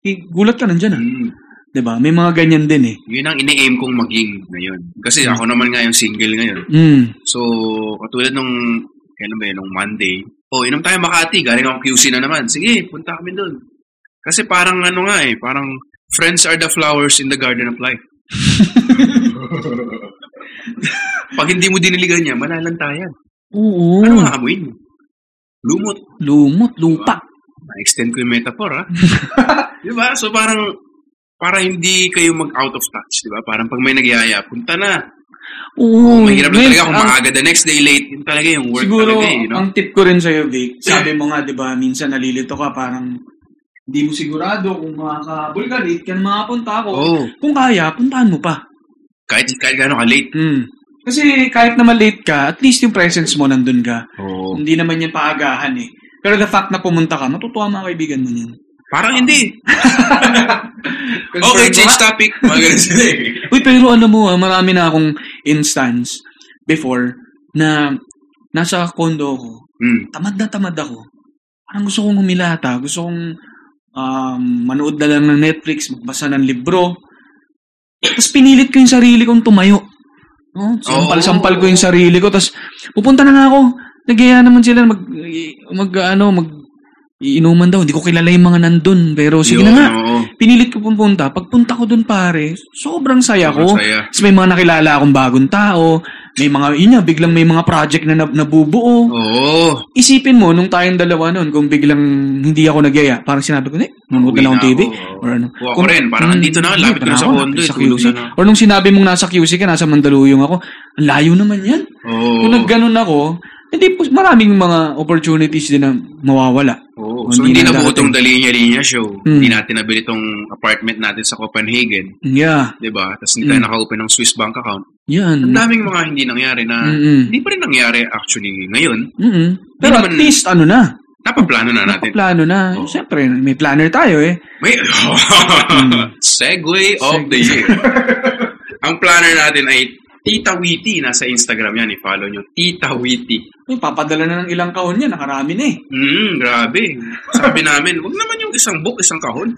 Speaker 1: Eh, Gulat ka, nandyan na.
Speaker 2: Mm.
Speaker 1: Di ba? May mga ganyan din eh.
Speaker 2: Yun ang ine-aim kong maging ngayon. Kasi ako naman nga yung single ngayon.
Speaker 1: Mm.
Speaker 2: So, katulad nung, kailan ba yun, nung Monday, oh, inom tayo Makati, galing akong QC na naman. Sige, punta kami doon. Kasi parang ano nga eh, parang friends are the flowers in the garden of life. Pag hindi mo diniligan niya, malalantayan.
Speaker 1: Oo.
Speaker 2: Ano Diba? mga amoy niyo? Lumot.
Speaker 1: Lumot, lupa.
Speaker 2: Na-extend ko yung metaphor, ha? di ba? So parang, para hindi kayo mag-out of touch, di ba? Parang pag may nagyaya, punta na.
Speaker 1: Oo.
Speaker 2: Mahirap na
Speaker 1: Ngayon,
Speaker 2: talaga kung
Speaker 1: Hmm. ang-
Speaker 2: maaga the next day late. Yun talaga yung work
Speaker 1: Siguro,
Speaker 2: talaga eh, no?
Speaker 1: ang tip ko rin sa'yo, Vic, sabi mo nga, di ba, minsan nalilito ka, parang hindi mo sigurado kung makakabol ka late, kaya makapunta ako.
Speaker 2: Oo.
Speaker 1: Kung kaya, puntahan mo pa.
Speaker 2: kahit kahit gaano ka late.
Speaker 1: Mm. Kasi kahit naman late ka, at least yung presence mo nandun ka.
Speaker 2: Oo.
Speaker 1: Hindi naman yan paagahan eh. Pero the fact na pumunta ka, matutuwa mga kaibigan mo yan.
Speaker 2: Parang hindi. Okay, change topic. Mga ganun sila eh.
Speaker 1: Uy, pero ano mo, ah, marami na akong instance before na nasa kondo ko,
Speaker 2: Mm.
Speaker 1: tamad na tamad ako. Parang gusto kong humilata. Gusto kong um, manood na lang ng Netflix, magbasa ng libro. Tapos pinilit ko yung sarili kong tumayo. No? Sampal-sampal ko yung sarili ko. Tapos pupunta na nga ako. Nagyaya naman sila mag, mag, ano, mag, iinuman daw. Hindi ko kilala yung mga nandun. Pero sige na
Speaker 2: Yun,
Speaker 1: nga.
Speaker 2: oo.
Speaker 1: Pinilit ko pumunta. Pagpunta ko dun pare, sobrang saya ko.
Speaker 2: Sobrang saya.
Speaker 1: Tapos may mga nakilala akong bagong tao. May mga, yun nga, biglang may mga project na nab- nabubuo
Speaker 2: Oo.
Speaker 1: isipin mo nung tayong dalawa noon kung biglang hindi ako nagyaya, parang sinabi ko, "Eh, nanonood na lang ng
Speaker 2: Uwi na
Speaker 1: TV."
Speaker 2: ako.
Speaker 1: Or ano.
Speaker 2: Kuha ko rin, parang andito na, lapit ko na sa condo,
Speaker 1: Sa
Speaker 2: tulog
Speaker 1: QC.
Speaker 2: na lang.
Speaker 1: Or nung sinabi mong nasa QC ka, nasa Mandaluyong ako, ang layo naman yan.
Speaker 2: Oo.
Speaker 1: Kung nagganon ako, hindi po, maraming mga opportunities din na mawawala.
Speaker 2: Oo.
Speaker 1: Kung
Speaker 2: So, hindi
Speaker 1: na
Speaker 2: na buo
Speaker 1: darating.
Speaker 2: tong Dalinya-Linya show.
Speaker 1: Hmm.
Speaker 2: Hindi natin nabili tong apartment natin sa Copenhagen.
Speaker 1: Yeah.
Speaker 2: di ba? Tapos hindi
Speaker 1: Hmm.
Speaker 2: tayo naka-open ng Swiss bank account. Ang
Speaker 1: Yan.
Speaker 2: daming mga hindi nangyari na
Speaker 1: Hmm. Mm-mm.
Speaker 2: hindi pa rin nangyari actually ngayon.
Speaker 1: Mm-mm. Pero at
Speaker 2: naman-
Speaker 1: least, ano na,
Speaker 2: Napaplano na natin.
Speaker 1: plano na.
Speaker 2: Oo.
Speaker 1: Siyempre, may planner tayo eh.
Speaker 2: May segue of
Speaker 1: Hmm. Segue.
Speaker 2: the year. Ang planner natin ay Tita Witty. Nasa Instagram yan. I-follow nyo. Tita Witty.
Speaker 1: Ay, papadala na ng ilang kahon yan, nakarami na eh.
Speaker 2: Hmm, grabe. Sabi namin, wag naman yung isang book, isang kahon.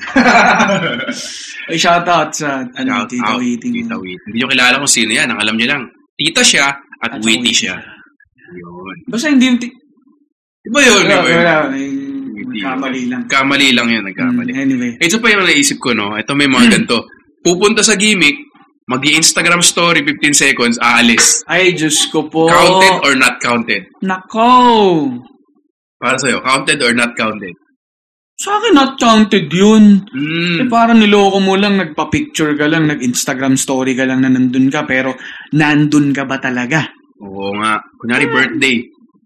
Speaker 1: Ay, shoutout sa ano,
Speaker 2: Shout
Speaker 1: Tita
Speaker 2: out,
Speaker 1: Waiting.
Speaker 2: Tita Witty. Hindi nyo kilala kung sino yan. Ang alam nyo lang, Tita siya at,
Speaker 1: At
Speaker 2: Witty
Speaker 1: Witty
Speaker 2: siya. Yun.
Speaker 1: Basta hindi yung ti-
Speaker 2: Diba yun?
Speaker 1: Wala,
Speaker 2: Diba yun?
Speaker 1: wala, wala. Yung Kamali lang.
Speaker 2: Nagkamali lang yun. Nagkamali.
Speaker 1: Mm, Anyway.
Speaker 2: Eh, Ito pa yung naisip ko, no? Ito may mga ganito. Pupunta sa gimmick, mag instagram story 15 seconds, aalis.
Speaker 1: Ay, Diyos ko po.
Speaker 2: Counted or not counted?
Speaker 1: Nako!
Speaker 2: Para sa'yo, counted or not counted?
Speaker 1: Sa akin, not counted yun. Eh,
Speaker 2: Mm.
Speaker 1: parang niloko mo lang, nagpa-picture ka lang, nag-Instagram story ka lang na nandun ka, pero nandun ka ba talaga?
Speaker 2: Oo nga. Kunyari birthday.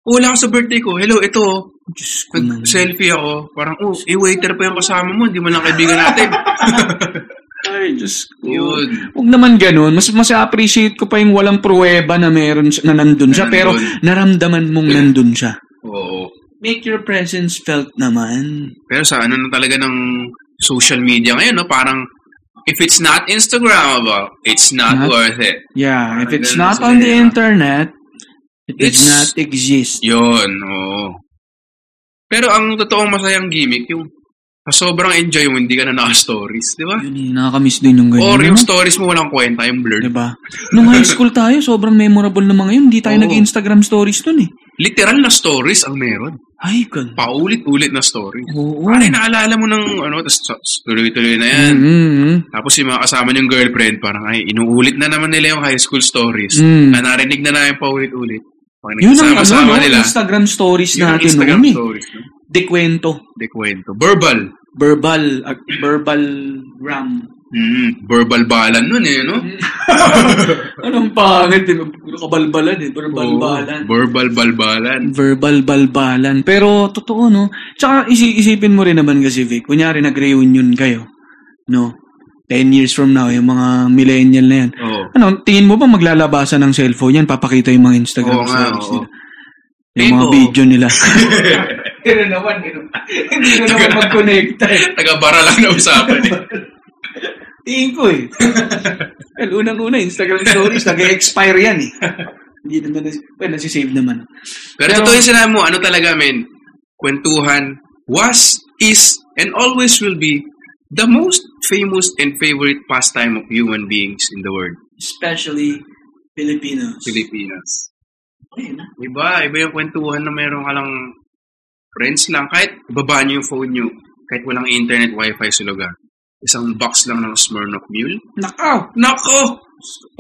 Speaker 2: Wala ako sa birthday ko. Hello, ito. oh.
Speaker 1: Diyos ko naman.
Speaker 2: Nag-selfie ako. Parang, oh, i-waiter pa yung kasama mo. Hindi mo lang kaibigan natin.
Speaker 1: Ay, Diyos ko.
Speaker 2: Yun.
Speaker 1: Huwag naman ganun. Mas mas appreciate ko pa yung walang pruweba na meron siya- na nandun siya,
Speaker 2: Na
Speaker 1: pero
Speaker 2: nandun.
Speaker 1: naramdaman mong nandun siya.
Speaker 2: Oo.
Speaker 1: Make your presence felt naman.
Speaker 2: Pero sa ano na talaga ng social media ngayon, no? Parang, if it's not Instagrammable, it's not,
Speaker 1: Not-
Speaker 2: worth it.
Speaker 1: Yeah,
Speaker 2: Parang
Speaker 1: if it's
Speaker 2: Ah, ganun
Speaker 1: not
Speaker 2: sa
Speaker 1: on the
Speaker 2: kanila.
Speaker 1: internet, it does
Speaker 2: It's-
Speaker 1: not exist.
Speaker 2: Yun, oo. Pero ang totoong masayang gimmick, yung sa sobrang enjoy mo, hindi ka na naka-stories, di ba?
Speaker 1: Yun eh, nakakamiss din yung ganyan.
Speaker 2: Or yung
Speaker 1: ano?
Speaker 2: stories mo walang kwenta, yung blurred.
Speaker 1: Diba? Nung high school tayo, sobrang memorable na mga yun. Hindi tayo
Speaker 2: Oo.
Speaker 1: nag-Instagram stories dun eh.
Speaker 2: Literal na stories ang meron.
Speaker 1: Ay, gan.
Speaker 2: Paulit-ulit na stories.
Speaker 1: Oo.
Speaker 2: Pare, naalala mo ng ano, tapos tuloy-tuloy na yan.
Speaker 1: Mm-hmm.
Speaker 2: Tapos yung mga kasama niyong girlfriend, parang ay, inuulit na naman nila yung high school stories.
Speaker 1: Mm.
Speaker 2: Na narinig na namin paulit-ulit. Pag
Speaker 1: Yun ang ano,
Speaker 2: nagsama-sama
Speaker 1: no?
Speaker 2: nila,
Speaker 1: Instagram stories
Speaker 2: yun ang
Speaker 1: natin
Speaker 2: Instagram
Speaker 1: noon eh.
Speaker 2: stories. No?
Speaker 1: De kwento.
Speaker 2: De kwento. Verbal.
Speaker 1: Verbal, ag- verbal gram.
Speaker 2: Mm, verbal balan nun eh, no?
Speaker 1: Hmm. Anong pangit din? Puro kabalbalan eh. Verbal
Speaker 2: Oo,
Speaker 1: balan.
Speaker 2: Verbal balbalan.
Speaker 1: verbal balbalan. Pero totoo no. Tsaka isi- isipin mo rin naman kasi Vic, kunyari nag-reunion kayo, no? 10 years from now, yung mga millennial na yan.
Speaker 2: Oo.
Speaker 1: Ano, tingin mo ba maglalabasan ng cellphone yan? Papakita yung mga Instagram
Speaker 2: Oo nga,
Speaker 1: stories
Speaker 2: oo.
Speaker 1: nila. Yung mga
Speaker 2: Tingin ko.
Speaker 1: video nila. Pero naman, hindi ko naman mag-connect.
Speaker 2: Taga-bara lang na usapan eh.
Speaker 1: Tingin ko eh. well, unang-una, Instagram stories, nag-expire yan eh. Hindi naman, nas- well, nasisave naman.
Speaker 2: Pero,
Speaker 1: Pero-
Speaker 2: totoo yung sinabi mo, ano talaga men, kwentuhan was, is, and always will be the most famous and favorite pastime of human beings in the world.
Speaker 1: Especially Filipinos.
Speaker 2: Pilipinas. Diba?
Speaker 1: Ayun.
Speaker 2: Iba, iba yung kwentuhan na meron ka lang friends lang. Kahit baba niyo yung phone niyo, kahit walang internet, wifi sa lugar. Isang box lang ng Smirnoff Mule.
Speaker 1: Nakaw!
Speaker 2: Nako!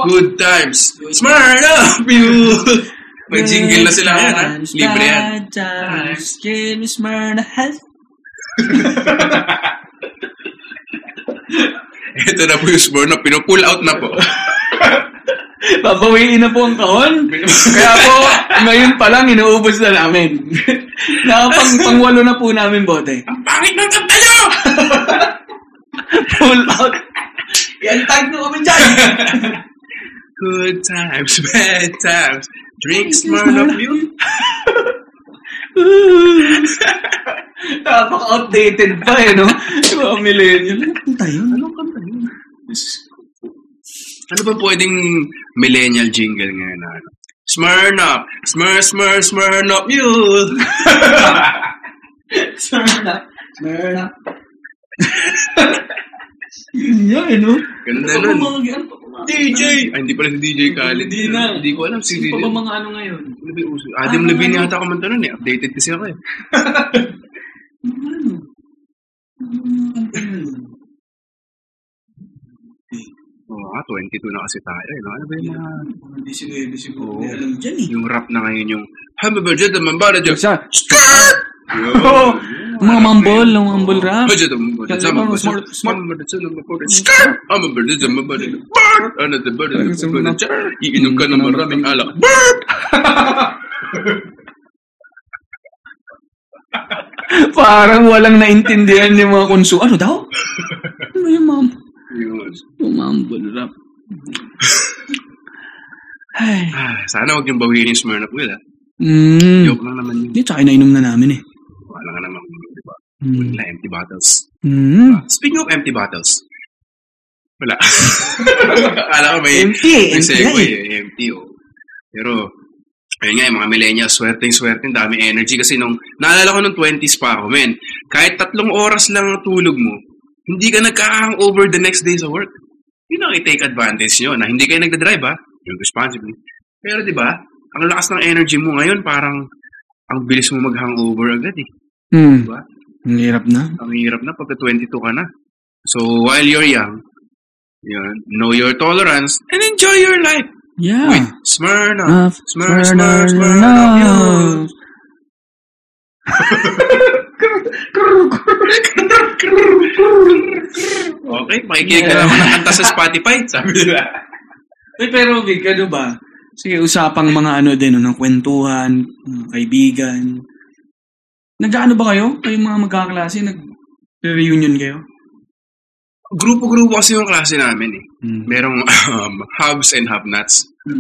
Speaker 2: Good times! Smirnoff Mule! May jingle na sila yan, ha? Libre yan.
Speaker 1: Times, James Myrna has...
Speaker 2: Ito na po yung Smirnoff. Pinupull out na po.
Speaker 1: Babawiin na po ang kahon. Kaya po, ngayon pa lang, inuubos na namin. Nakapang pangwalo na po namin bote.
Speaker 2: Ang pangit ng kanta niyo!
Speaker 1: Pull out. Yan, tag na kami dyan.
Speaker 2: Good times, bad times. Drink Smirnoff Mule.
Speaker 1: Napaka-outdated pa eh, no? Yung Mga millennial. Ano tayo? Anong kanta yun?
Speaker 2: Ano ba pwedeng millennial jingle ngayon na ano? Smirnoff. Smir, smir, Smirnoff mule.
Speaker 1: Smyrna. Smyrna. Yun yan, no?
Speaker 2: Ganda
Speaker 1: Ano
Speaker 2: nun.
Speaker 1: ba mga ano pa ba mga-
Speaker 2: DJ! Ay, hindi pala si DJ Khaled.
Speaker 1: Hindi na.
Speaker 2: Hindi ko alam si
Speaker 1: Ano
Speaker 2: DJ.
Speaker 1: pa ba mga ano ngayon?
Speaker 2: Ano ba yung uso? Adam
Speaker 1: Ano,
Speaker 2: Levine
Speaker 1: ano?
Speaker 2: yata kumanta nun eh. Updated kasi ako eh.
Speaker 1: Ano ba ano? Ano ba mga kanta ngayon?
Speaker 2: Oo nga, 22 na kasi tayo eh. no? Ano ba yung mga...
Speaker 1: Mga 19 siguro.
Speaker 2: Oo.
Speaker 1: Hindi alam dyan eh.
Speaker 2: Yung rap na ngayon yung... Happy birthday to Mambara Jack.
Speaker 1: Sa
Speaker 2: Skirt!
Speaker 1: Oo. Mga mambol, yung mambol Oh, rap.
Speaker 2: Budget of mambol.
Speaker 1: Yan,
Speaker 2: Sama
Speaker 1: yung
Speaker 2: ko
Speaker 1: smart-
Speaker 2: sa-
Speaker 1: smart-
Speaker 2: Mambol, sa mambol. Skirt! I'm a birthday to Mambara Jack. Bird! Ano the bird?
Speaker 1: Ay, sa mga-
Speaker 2: Iinom ka ng maraming alak. Bird!
Speaker 1: Parang walang naintindihan yung mga konsu. Ano daw? Ano yung mam?
Speaker 2: Yun.
Speaker 1: Yung mambol rap. Ay.
Speaker 2: Ah, Sana huwag yung bawihin yung Smirnoff Will ah.
Speaker 1: Mm.
Speaker 2: Joke lang naman yun.
Speaker 1: Hindi, tsaka inainom na namin eh.
Speaker 2: Wala nga naman. Di ba?
Speaker 1: Mm.
Speaker 2: Wala empty bottles.
Speaker 1: Mm.
Speaker 2: Speaking of empty bottles, wala. Akala ko may,
Speaker 1: Empty,
Speaker 2: may
Speaker 1: empty
Speaker 2: segue
Speaker 1: nga eh.
Speaker 2: eh, Empty, oh. Pero, ayun nga, yung mga millennials, swerteng swerte, dami energy. Kasi nung, naalala ko nung 20s pa ako, men, kahit tatlong oras lang ang tulog mo, hindi ka nagka-hangover the next day sa work. Yun ang i-take advantage nyo, na hindi kayo nagdadrive, ha? Yung responsibly. Pero di ba, ang lakas ng energy mo ngayon, parang ang bilis mo mag-hangover agad, eh.
Speaker 1: Mm.
Speaker 2: Di ba?
Speaker 1: Ang hirap na.
Speaker 2: ang hirap na pagka 22 ka na. So, while you're young, yun, know your tolerance and enjoy your life.
Speaker 1: Yeah.
Speaker 2: Wait, Smirnoff.
Speaker 1: Enough.
Speaker 2: Smurf,
Speaker 1: Smurf,
Speaker 2: smurf, smurf,
Speaker 1: enough.
Speaker 2: enough. Okay, makikinig ka
Speaker 1: Yeah.
Speaker 2: naman ng kanta sa Spotify. Sabi nila.
Speaker 1: Uy, pero Vic, ano ba? Sige, usapang mga ano din, no, ng kwentuhan, mga kaibigan. Nag-ano ba kayo? Kayong mga magkaklase, nag-reunion kayo?
Speaker 2: Grupo-grupo kasi yung klase namin eh.
Speaker 1: Mm.
Speaker 2: Merong um, hubs and hubnuts.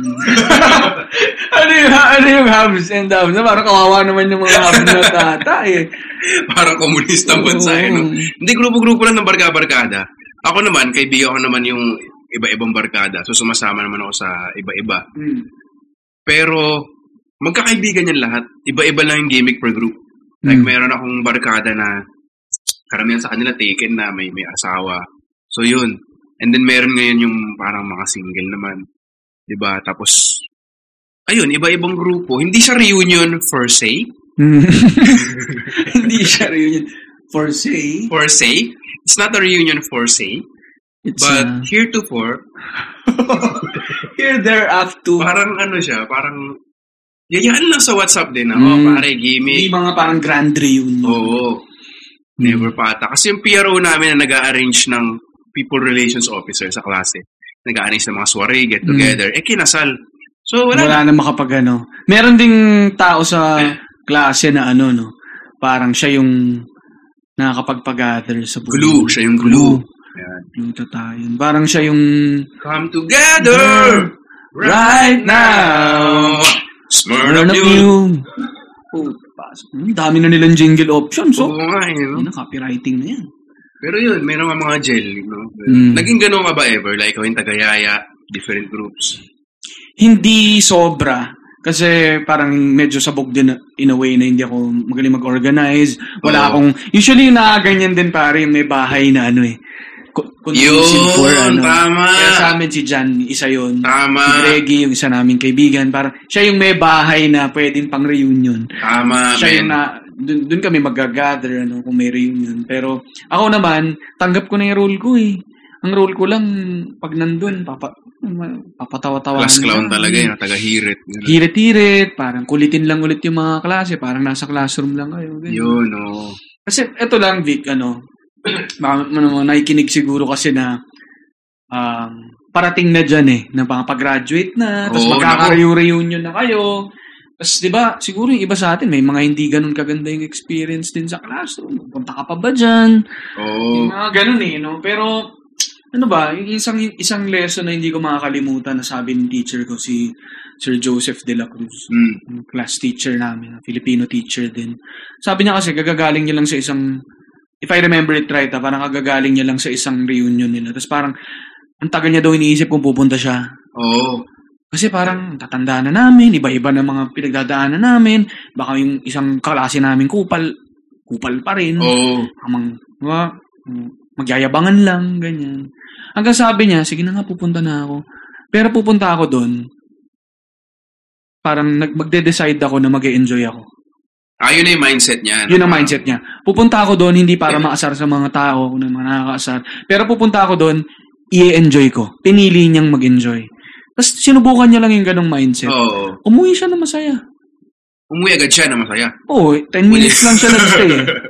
Speaker 1: ano yung, ano yung hubs and dubs? Na parang kawawa naman yung mga hubs na tata eh.
Speaker 2: Parang komunista ang bansa eh.
Speaker 1: Oo.
Speaker 2: No? Hindi grupo-grupo lang ng barka-barkada. Ako naman, kaibigan ko naman yung iba-ibang barkada. So sumasama naman ako sa iba-iba.
Speaker 1: Mm.
Speaker 2: Pero magkakaibigan yan lahat. Iba-iba lang yung gimmick per group. Like
Speaker 1: Mm.
Speaker 2: meron akong barkada na karamihan sa kanila taken na may may asawa. So yun. And then meron ngayon yung parang mga single naman. 'Di ba? Tapos ayun, iba-ibang grupo. Hindi siya reunion for say,
Speaker 1: Mm. Hindi siya reunion. For say,
Speaker 2: for say. It's not a reunion for say,
Speaker 1: it's
Speaker 2: but
Speaker 1: uh,
Speaker 2: heretofore,
Speaker 1: here, there, after.
Speaker 2: parang ano siya, parang yayaan lang sa WhatsApp din, ah.
Speaker 1: Mm.
Speaker 2: oh, pare, gimmick.
Speaker 1: Hindi mga parang grand reunion.
Speaker 2: Oo. Never pata. Kasi yung PRO namin na nag-arrange ng people relations officer sa klase. Nag-arrange ng mga soiree, get together. Eh, kinasal. So,
Speaker 1: Mm. wala,
Speaker 2: wala. na. Eh.
Speaker 1: na makapag ano. Meron ding tao sa klase na ano, no? Parang siya yung nakakapagpag-gather sa buhay.
Speaker 2: Glue. Siya yung glue. Ayan.
Speaker 1: Glue to tayo. Parang siya yung...
Speaker 2: Come together right now. Smurn
Speaker 1: Turn
Speaker 2: up
Speaker 1: up
Speaker 2: you.
Speaker 1: you. Oh, pasok. Hmm, dami na nilang jingle options,
Speaker 2: Oo
Speaker 1: oh.
Speaker 2: nga, eh, no?
Speaker 1: Yun na, copywriting na yan.
Speaker 2: Pero yun, meron nga mga gel. No?
Speaker 1: Mm.
Speaker 2: Naging ganun ka ba ever? Like, ikaw yung tagayaya, different groups.
Speaker 1: Hindi sobra. Kasi parang medyo sabog din in a way na hindi ako magaling mag-organize. Wala
Speaker 2: Oo.
Speaker 1: akong... Usually yung nakaganyan din pare, may bahay na ano eh. Con- conducive
Speaker 2: Yun, tama.
Speaker 1: ano. Kaya sa amin si Jan, isa yun.
Speaker 2: Tama.
Speaker 1: Si Greggy, yung isa naming kaibigan. Parang siya yung may bahay na pwedeng pang reunion.
Speaker 2: Tama,
Speaker 1: siya yung
Speaker 2: men.
Speaker 1: na... Dun, dun kami mag-gather ano, kung may reunion. Pero ako naman, tanggap ko na yung role ko eh. Ang role ko lang, pag nandun, papa, papatawa-tawa.
Speaker 2: Class clown talaga yun, taga-hirit. Ganun.
Speaker 1: hirit-hirit, parang kulitin lang ulit yung mga klase, parang nasa classroom lang kayo. ganyan.
Speaker 2: Yun, oh. oo.
Speaker 1: Kasi eto lang, Vic, ano, baka ano, nakikinig siguro kasi na um, parating na dyan eh, na mga pag-graduate na, tapos
Speaker 2: Oo,
Speaker 1: magkaka-reunion na kayo. Tapos, di ba, siguro yung iba sa atin, may mga hindi ganun kaganda yung experience din sa classroom. Punta ka pa ba dyan?
Speaker 2: Oo.
Speaker 1: Yung mga ganun eh, no? Pero, ano ba, yung isang, isang lesson na hindi ko makakalimutan na sabi ng teacher ko, si Sir Joseph De La Cruz
Speaker 2: Mm.
Speaker 1: yung class teacher namin, a Filipino teacher din. Sabi niya kasi, gagagaling niya lang sa isang, if I remember it right, ah, parang kagagaling niya lang
Speaker 2: Oh.
Speaker 1: sa isang reunion nila. Tapos parang, ang tagal niya daw iniisip kung pupunta siya.
Speaker 2: Oo.
Speaker 1: Kasi parang tatanda na namin, iba-iba na mga pinagdadaanan namin, baka yung isang klase namin kupal, kupal pa rin.
Speaker 2: Oo.
Speaker 1: Amang, wa, magyayabangan lang, ganyan. Hanggang sabi niya, sige na nga, pupunta na ako. Pero pupunta ako doon, parang nag- magde-decide ako na mag enjoy ako.
Speaker 2: Ah, yun na yung mindset niya. ano?
Speaker 1: Yun ang mindset niya. Pupunta ako doon, hindi para maasar sa mga tao, na mga nakakaasar. Pero pupunta ako doon, i-enjoy ko. Pinili niyang mag-enjoy. Tapos sinubukan niya lang yung ganong mindset.
Speaker 2: Oo.
Speaker 1: Umuwi siya na masaya.
Speaker 2: Umuwi agad siya na masaya.
Speaker 1: Oo, eh, 10 minutes lang siya nag-stay. eh.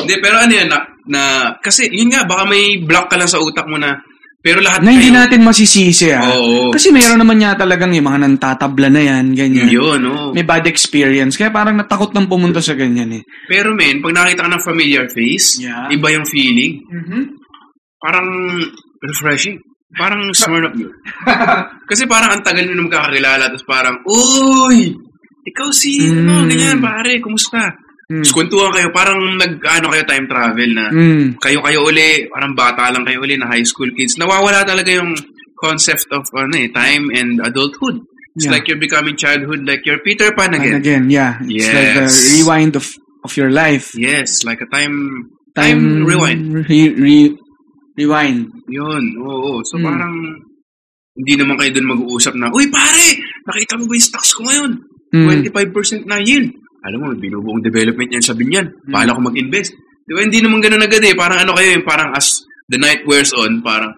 Speaker 2: Hindi, pero ano yan, na, na, kasi yun nga, baka may block ka lang sa utak mo na, pero lahat
Speaker 1: Na hindi natin masisisi ah.
Speaker 2: Oo.
Speaker 1: Kasi meron naman niya talagang yung mga nantatabla na yan, ganyan.
Speaker 2: Yun, oh. oo.
Speaker 1: May bad experience. Kaya parang natakot nang pumunta sa ganyan eh.
Speaker 2: Pero men, pag nakita ka ng familiar face,
Speaker 1: Yeah.
Speaker 2: iba yung feeling. Parang refreshing. Parang Smirnoff yun. Kasi parang ang tagal mo na magkakakilala, tapos parang, Uy! Ikaw si,
Speaker 1: Mm.
Speaker 2: ano, ganyan, pare, kumusta?
Speaker 1: Mm.
Speaker 2: Tapos kwentuhan kayo, parang nag, ano kayo, time travel na,
Speaker 1: Mm.
Speaker 2: kayo-kayo uli, parang bata lang kayo uli na high school kids. Nawawala talaga yung concept of, ano eh, time and adulthood. It's
Speaker 1: Yeah.
Speaker 2: like you're becoming childhood, like you're Peter Pan
Speaker 1: And
Speaker 2: again.
Speaker 1: again, yeah. It's
Speaker 2: Yes.
Speaker 1: like the rewind of of your life.
Speaker 2: Yes, like a time, time, rewind.
Speaker 1: Re, re, rewind.
Speaker 2: Yun, oo. So
Speaker 1: Hmm.
Speaker 2: parang hindi naman kayo doon mag-uusap na, Uy pare, nakita mo ba yung stocks ko ngayon?
Speaker 1: Hmm.
Speaker 2: 25% na yield. Alam mo, binubuong development yan sa binyan.
Speaker 1: Hmm.
Speaker 2: Paano ko mag-invest? Di ba, hindi naman ganun agad eh. Parang ano kayo, eh, parang as the night wears on, parang,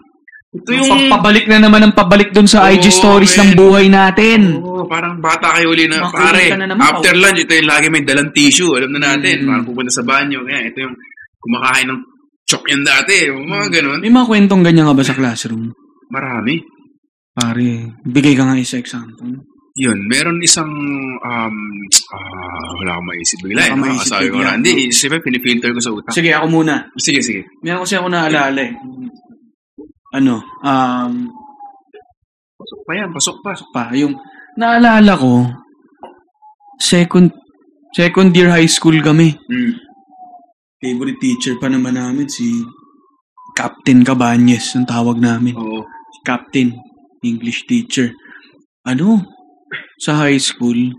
Speaker 2: ito yung...
Speaker 1: Pagpabalik na naman ang pabalik dun sa IG
Speaker 2: Oo,
Speaker 1: stories
Speaker 2: man.
Speaker 1: ng buhay natin.
Speaker 2: Oo, parang bata kayo uli na,
Speaker 1: Makulit
Speaker 2: pare,
Speaker 1: ka na naman,
Speaker 2: after lunch, ito yung lagi may dalang tissue, alam na natin,
Speaker 1: Mm.
Speaker 2: parang pupunta sa banyo, kaya ito yung kumakain ng chok yan dati, yung mga ganun.
Speaker 1: Hmm. May mga kwentong ganyan ka ba sa classroom?
Speaker 2: Marami.
Speaker 1: Pare, bigay ka nga isa example.
Speaker 2: Yun, meron isang, um, ah, wala akong maisip
Speaker 1: Wala
Speaker 2: bigla.
Speaker 1: kang
Speaker 2: Wala akong
Speaker 1: maisip
Speaker 2: maisip ko
Speaker 1: bigla.
Speaker 2: na. Hindi, eh, siyempre, pinifilter ko sa utak.
Speaker 1: Sige, ako muna.
Speaker 2: Sige, sige.
Speaker 1: Meron kasi ako naalala eh. Ano, um,
Speaker 2: Pasok pa yan, pasok pa.
Speaker 1: pa. Yung naalala ko, second second year high school kami.
Speaker 2: Mm.
Speaker 1: Favorite teacher pa naman namin si Captain Cabanes, ang tawag namin.
Speaker 2: Oo.
Speaker 1: Captain, English teacher. Ano? Sa high school,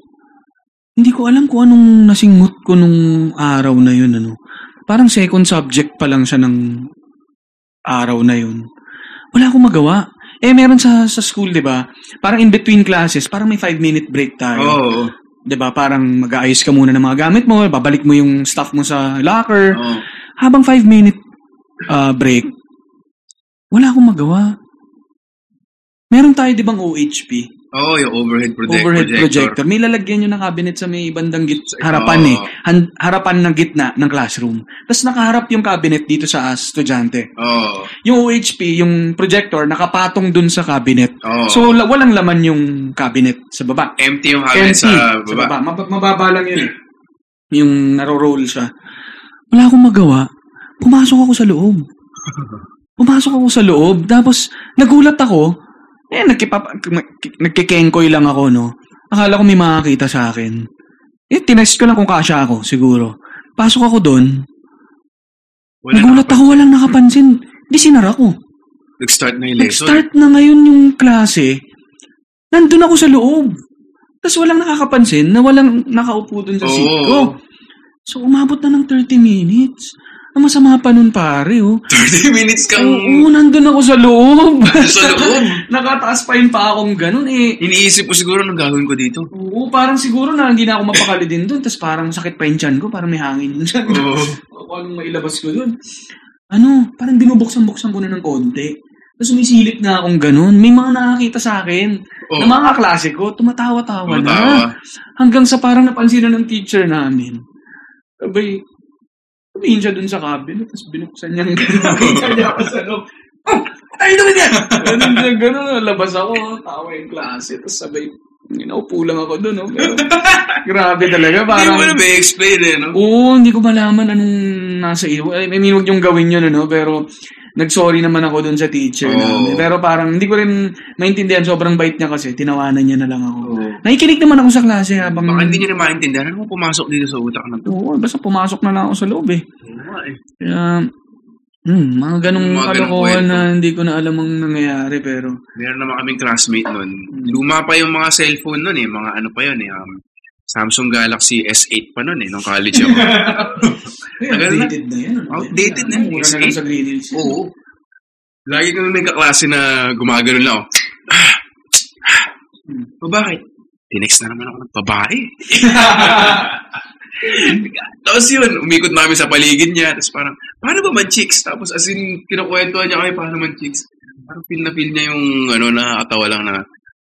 Speaker 1: hindi ko alam kung anong nasingmut ko nung araw na yun. Ano. Parang second subject pa lang siya ng araw na yun. Wala akong magawa. Eh, meron sa, sa school, di ba? Parang in between classes, parang may five-minute break tayo.
Speaker 2: Oo. Oo.
Speaker 1: 'di ba? Parang mag-aayos ka muna ng mga gamit mo, babalik mo yung stuff mo sa locker.
Speaker 2: Oo.
Speaker 1: Habang 5 minute ah, break, wala akong magawa. Meron tayo 'di bang OHP,
Speaker 2: Oo, yung overhead project-
Speaker 1: overhead projector.
Speaker 2: projector.
Speaker 1: May lalagyan yun ng cabinet sa may bandang git harapan
Speaker 2: Oo.
Speaker 1: eh, Han- harapan ng gitna ng classroom. Tapos nakaharap yung cabinet dito sa ah, estudyante.
Speaker 2: Oo.
Speaker 1: Yung OHP, yung projector nakapatong dun sa cabinet.
Speaker 2: Oo.
Speaker 1: So la- walang laman yung cabinet sa baba.
Speaker 2: Empty yung habit
Speaker 1: Empty,
Speaker 2: sa baba.
Speaker 1: Mab- mababa lang yun eh. Yung naro-roll siya. Wala akong magawa. Pumasok ako sa loob. Pumasok ako sa loob. Tapos, nagulat ako. Eh, nagkipap- nagki- nagkikengkoy lang ako, no? Akala ko may makakita sa akin. Eh, tinest ko lang kung kasya ako, siguro. Pasok ako doon.
Speaker 2: Wala
Speaker 1: Nagulat
Speaker 2: na.
Speaker 1: ako, walang nakapansin. Di sinara ko.
Speaker 2: Nag-start na yung lesson.
Speaker 1: Nag-start na ngayon yung klase. Nandun ako sa loob. Tapos walang nakakapansin na walang nakaupo dun sa
Speaker 2: Oo.
Speaker 1: seat ko. So umabot na ng 30 minutes. Ang masama pa nun pare, oh.
Speaker 2: 30 minutes kang
Speaker 1: Oo, nandun ako sa loob.
Speaker 2: sa loob.
Speaker 1: Nakataas pa yun pa akong ganun eh.
Speaker 2: Iniisip ko siguro anong gagawin ko dito.
Speaker 1: Oo, parang siguro na hindi na ako mapakali din dun. Tapos parang sakit pa yung tiyan ko, parang may hangin yung tiyan ko.
Speaker 2: Oo.
Speaker 1: Kung anong mailabas ko dun. Ano, parang binubuksan-buksan ko na ng konti. Tapos sumisilip na akong ganun. May mga nakakita sa akin.
Speaker 2: Oo.
Speaker 1: Na mga kaklase ko, tumatawa-tawa
Speaker 2: Tumatawa.
Speaker 1: na. Hanggang sa parang napansin na ng teacher namin. Sabay, tumingin siya dun sa cabinet, tapos binuksan niya ng Binuksan niya ako sa loob. Oh, tayo naman yan! Ganun siya, ganun. Labas ako, tawa yung klase. Tapos sabay, inaupo lang ako dun. Oh. Pero, grabe talaga.
Speaker 2: Hindi
Speaker 1: Parang,
Speaker 2: mo na may explain eh, no?
Speaker 1: Oo, hindi ko malaman anong nasa iyo. I mean, huwag yung gawin yun, ano, pero nag-sorry naman ako dun sa teacher
Speaker 2: Oo.
Speaker 1: namin. Pero parang hindi ko rin maintindihan, sobrang bait niya kasi, tinawanan niya na lang ako.
Speaker 2: Oo.
Speaker 1: Nakikinig naman ako sa klase ah. habang...
Speaker 2: Baka hindi niya na maintindihan. Ano mo pumasok dito sa utak ng
Speaker 1: Oo, basta pumasok na lang ako sa loob eh.
Speaker 2: Oo nga eh.
Speaker 1: Kaya, Hmm, mga ganong
Speaker 2: Mga ganong
Speaker 1: kalokohan
Speaker 2: kwento.
Speaker 1: na hindi ko na alam ang nangyayari pero
Speaker 2: Meron naman kaming classmate nun. Luma pa yung mga cellphone nun eh. Mga ano pa yun eh. Um, Samsung Galaxy S8 pa nun eh. Nung college ako.
Speaker 1: Ay,
Speaker 2: Tagal na.
Speaker 1: outdated na yan.
Speaker 2: Outdated na.
Speaker 1: Mura na lang sa Green Hills. yan.
Speaker 2: Oo. Lagi kami may kaklase na gumagano'n lang. ako.
Speaker 1: Hmm.
Speaker 2: O bakit? Tinext na naman ako ng babae. Tapos yun, umikot na kami sa paligid niya. Tapos parang, paano ba man chicks? Tapos as in, kinukwentuhan niya kami, paano man chicks? Parang feel na feel niya yung, ano, nakakatawa lang na,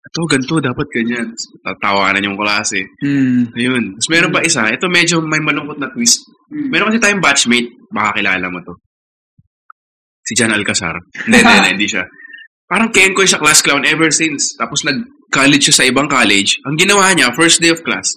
Speaker 2: ito, ganito, dapat ganyan. Tapos Tatawanan yung klase.
Speaker 1: Hmm.
Speaker 2: Ayun. Tapos meron pa isa. Ito medyo may malungkot na twist.
Speaker 1: Mm.
Speaker 2: Meron kasi tayong batchmate. Baka kilala mo to. Si Jan Alcazar. Hindi, hindi, hindi, hindi siya. Parang Kenko siya class clown ever since. Tapos nag-college siya sa ibang college. Ang ginawa niya, first day of class,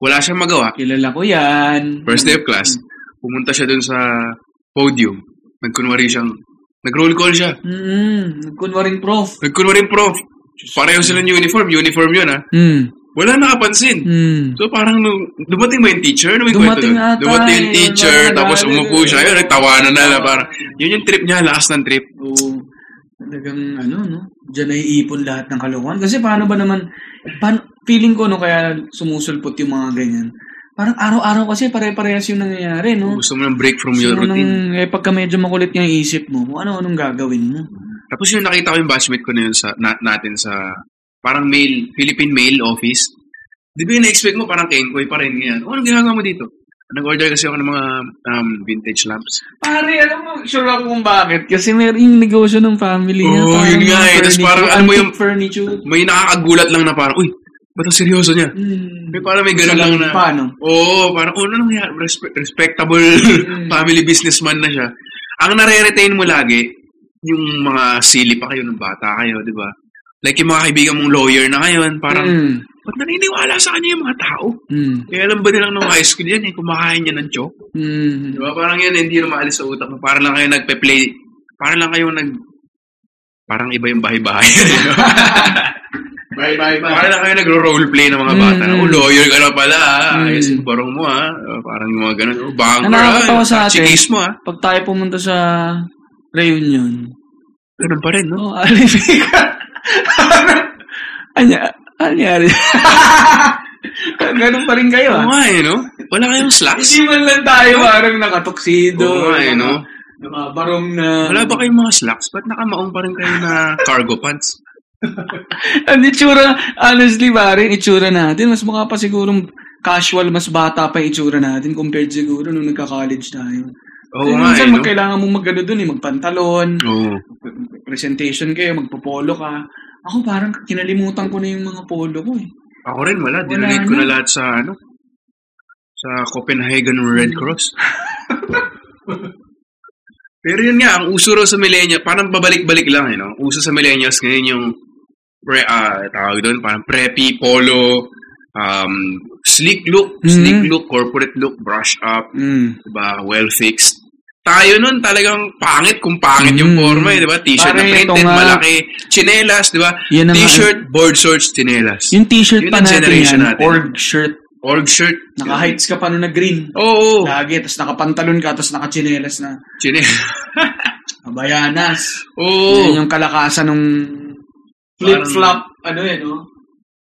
Speaker 2: wala siyang magawa.
Speaker 1: Kilala ko yan.
Speaker 2: First day of class, pumunta siya dun sa podium. Nagkunwari siyang, nag-roll call siya.
Speaker 1: Hmm. Kunwaring prof.
Speaker 2: Nagkunwaring prof. Pareho sila ng uniform. Uniform yun, ha?
Speaker 1: Hmm.
Speaker 2: Wala nakapansin.
Speaker 1: Hmm.
Speaker 2: So parang nung, dumating ba yung teacher? Ano yung
Speaker 1: Dumating
Speaker 2: kwento nun?
Speaker 1: ata,
Speaker 2: Dumating yung
Speaker 1: eh.
Speaker 2: teacher,
Speaker 1: Wala,
Speaker 2: tapos
Speaker 1: wala,
Speaker 2: umupo
Speaker 1: wala.
Speaker 2: siya. Ayun, nagtawanan na na parang, yun yung trip niya, lakas ng trip.
Speaker 1: Oo. Talagang ano, no? Diyan ay ipon lahat ng kalokohan. Kasi paano ba naman, paano, feeling ko, no, kaya sumusulpot yung mga ganyan. Parang araw-araw kasi pare-parehas yung nangyayari, no?
Speaker 2: Gusto mo ng break from your
Speaker 1: So,
Speaker 2: routine.
Speaker 1: nung, eh, pagka medyo makulit nga yung isip mo, kung ano-anong gagawin mo.
Speaker 2: Tapos yun, nakita ko yung batchmate ko na yun sa, na, natin sa, parang mail, Philippine mail office. Di ba yung na-expect mo, parang kenkoy pa rin yan. Oh, anong ginagawa mo dito? Nag-order kasi ako ng mga um, vintage lamps.
Speaker 1: Pare, alam mo, sure ako kung bakit. Kasi meron yung negosyo ng family niya.
Speaker 2: Oo,
Speaker 1: Parang
Speaker 2: yun nga
Speaker 1: mga
Speaker 2: eh. Tas
Speaker 1: furniture,
Speaker 2: parang alam mo yung-
Speaker 1: antique furniture.
Speaker 2: May nakakagulat lang na parang, uy, ba't ang seryoso niya?
Speaker 1: Hmm.
Speaker 2: May parang may ganun lang na.
Speaker 1: Paano?
Speaker 2: Oo, parang oh, ano nangyari? Respe- respectable family businessman na siya. Ang nare-retain mo lagi, yung mga silip pa kayo nung bata kayo, di ba? Like yung mga kaibigan mong lawyer na ngayon, parang,
Speaker 1: Hmm.
Speaker 2: ba't naniniwala sa kanya yung mga tao?
Speaker 1: Hmm.
Speaker 2: Eh, alam ba nilang nung high school yan, eh, kumakain niya ng chok?
Speaker 1: Hmm.
Speaker 2: Di ba? Parang yan, hindi na maalis sa utak mo. Parang lang kayo nagpe-play. Parang lang kayo nag... Parang iba yung bahay-bahay.
Speaker 1: Bye-bye.
Speaker 2: parang lang kayo nagro-roleplay ng mga bata.
Speaker 1: Mm.
Speaker 2: Oh, lawyer ka na pala.
Speaker 1: Mm.
Speaker 2: Mm. Ayos yung barong mo ah. Oh, Parang yung mga ganun. Oh,
Speaker 1: Ang
Speaker 2: banker
Speaker 1: nakakatawa Ano, sa atin,
Speaker 2: Chikis mo ah.
Speaker 1: pag tayo pumunta sa reunion,
Speaker 2: Ganun pa rin,
Speaker 1: oh,
Speaker 2: no?
Speaker 1: Ano, alipin ka. Anya, anyari. Ganun pa rin kayo,
Speaker 2: Oo
Speaker 1: ah.
Speaker 2: nga eh, no? Wala kayong slacks.
Speaker 1: Hindi man lang tayo parang nakatoksido.
Speaker 2: Oo nga eh, no?
Speaker 1: Nakabarong na...
Speaker 2: Wala ba kayong mga slacks? Ba't nakamaong pa rin kayo na cargo pants?
Speaker 1: Ang itsura, honestly, pare, ang itsura natin, mas mukha pa sigurong casual, mas bata pa yung itsura natin compared siguro nung nagka-college tayo.
Speaker 2: Oo
Speaker 1: Kasi
Speaker 2: nga eh,
Speaker 1: minsan
Speaker 2: no?
Speaker 1: magkailangan mong magano dun eh, magpantalon,
Speaker 2: Oo.
Speaker 1: presentation kayo, magpopolo ka. Ako parang kinalimutan ko na yung mga polo ko eh.
Speaker 2: Ako rin, wala.
Speaker 1: Wala
Speaker 2: Dinonate ko
Speaker 1: na.
Speaker 2: na lahat sa, ano, sa Copenhagen Red Cross. Pero yun nga, ang uso raw sa millennial, parang babalik-balik lang, eh, no? Uso sa millennials ngayon yung, pre, ah, tawag doon, parang preppy, polo, um, sleek look, sleek
Speaker 1: Mhm.
Speaker 2: look, corporate look, brush up,
Speaker 1: Mm.
Speaker 2: diba, well fixed. Tayo nun talagang pangit kung pangit yung
Speaker 1: Mm.
Speaker 2: forma, eh, diba? T-shirt
Speaker 1: Pare,
Speaker 2: na
Speaker 1: ito
Speaker 2: printed,
Speaker 1: nga.
Speaker 2: malaki, chinelas, diba?
Speaker 1: Yan ang-
Speaker 2: T-shirt, board shorts, chinelas.
Speaker 1: Yung t-shirt
Speaker 2: Yun
Speaker 1: pa
Speaker 2: ang
Speaker 1: natin
Speaker 2: generation
Speaker 1: yan,
Speaker 2: natin.
Speaker 1: org shirt.
Speaker 2: Org shirt.
Speaker 1: Naka-heights ka pa nun na green.
Speaker 2: Oo. Oh,
Speaker 1: Lagi, tapos nakapantalon ka, tapos nakachinelas na
Speaker 2: Chine.
Speaker 1: abayanas.
Speaker 2: Oo.
Speaker 1: Yan yung kalakasan ng flip-flop, ano eh, no?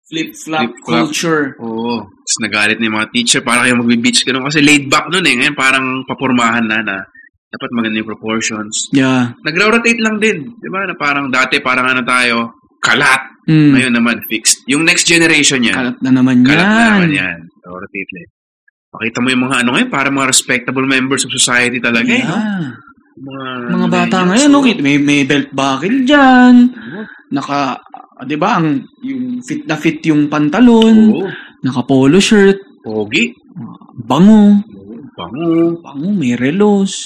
Speaker 1: Flip-flop,
Speaker 2: Flip-flop.
Speaker 1: culture.
Speaker 2: Oo. Tapos nagalit na yung mga teacher. Parang kayo magbe-beach ka nun. Kasi laid back nun eh. Ngayon parang papormahan na na dapat maganda yung proportions.
Speaker 1: Yeah.
Speaker 2: Nagra-rotate lang din. Di ba? Na parang dati parang ano tayo, kalat.
Speaker 1: Mm.
Speaker 2: Ngayon naman, fixed. Yung next generation yan.
Speaker 1: Kalat na naman yan.
Speaker 2: Kalat na naman yan. Rotate lang. Makita mo yung mga ano ngayon, parang mga respectable members of society talaga. eh, no? Ano
Speaker 1: Yeah.
Speaker 2: Mga,
Speaker 1: Mga bata
Speaker 2: millennials.
Speaker 1: ngayon, no? may, may belt buckle dyan. Naka, ah, di ba, ang, yung fit na fit yung pantalon.
Speaker 2: Oo.
Speaker 1: Naka polo shirt.
Speaker 2: oh, Pogi.
Speaker 1: Bango.
Speaker 2: Bango.
Speaker 1: Bango, may relos.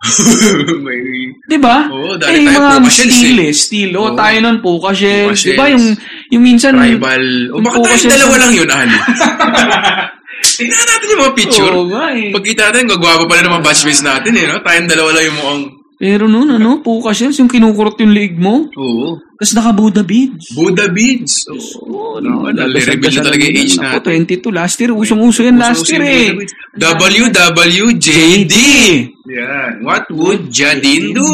Speaker 2: May
Speaker 1: Di ba? Eh,
Speaker 2: Oo, dahil tayo
Speaker 1: mga
Speaker 2: puka shells,
Speaker 1: steel
Speaker 2: eh.
Speaker 1: eh. Steel. O,
Speaker 2: Oo.
Speaker 1: tayo nun, puka shells.
Speaker 2: Puka
Speaker 1: Di ba?
Speaker 2: shells.
Speaker 1: Yung, yung minsan,
Speaker 2: tribal. O
Speaker 1: Yung
Speaker 2: baka
Speaker 1: po kasi-
Speaker 2: tayong dalawa lang yun, Ali. Tingnan natin yung mga picture.
Speaker 1: Oo nga eh.
Speaker 2: Pagkita natin, gagwapo pala ng mga batchmates natin eh, no? Tayong dalawa lang yung mukhang
Speaker 1: Pero noon, ano, puka shells, yung kinukurot yung liig mo.
Speaker 2: Oo.
Speaker 1: Tapos naka-Buddha beads.
Speaker 2: Buddha beads. Oo.
Speaker 1: Oo, no,
Speaker 2: ano, ano,
Speaker 1: nabasag
Speaker 2: reveal
Speaker 1: siya
Speaker 2: na talaga
Speaker 1: ng-
Speaker 2: yung age
Speaker 1: Ako,
Speaker 2: natin.
Speaker 1: 22. Last year, usong-uso yan last
Speaker 2: Usong-uso
Speaker 1: year
Speaker 2: yung
Speaker 1: eh.
Speaker 2: Buddha beads. WWJD. Yan. What would Jadin do?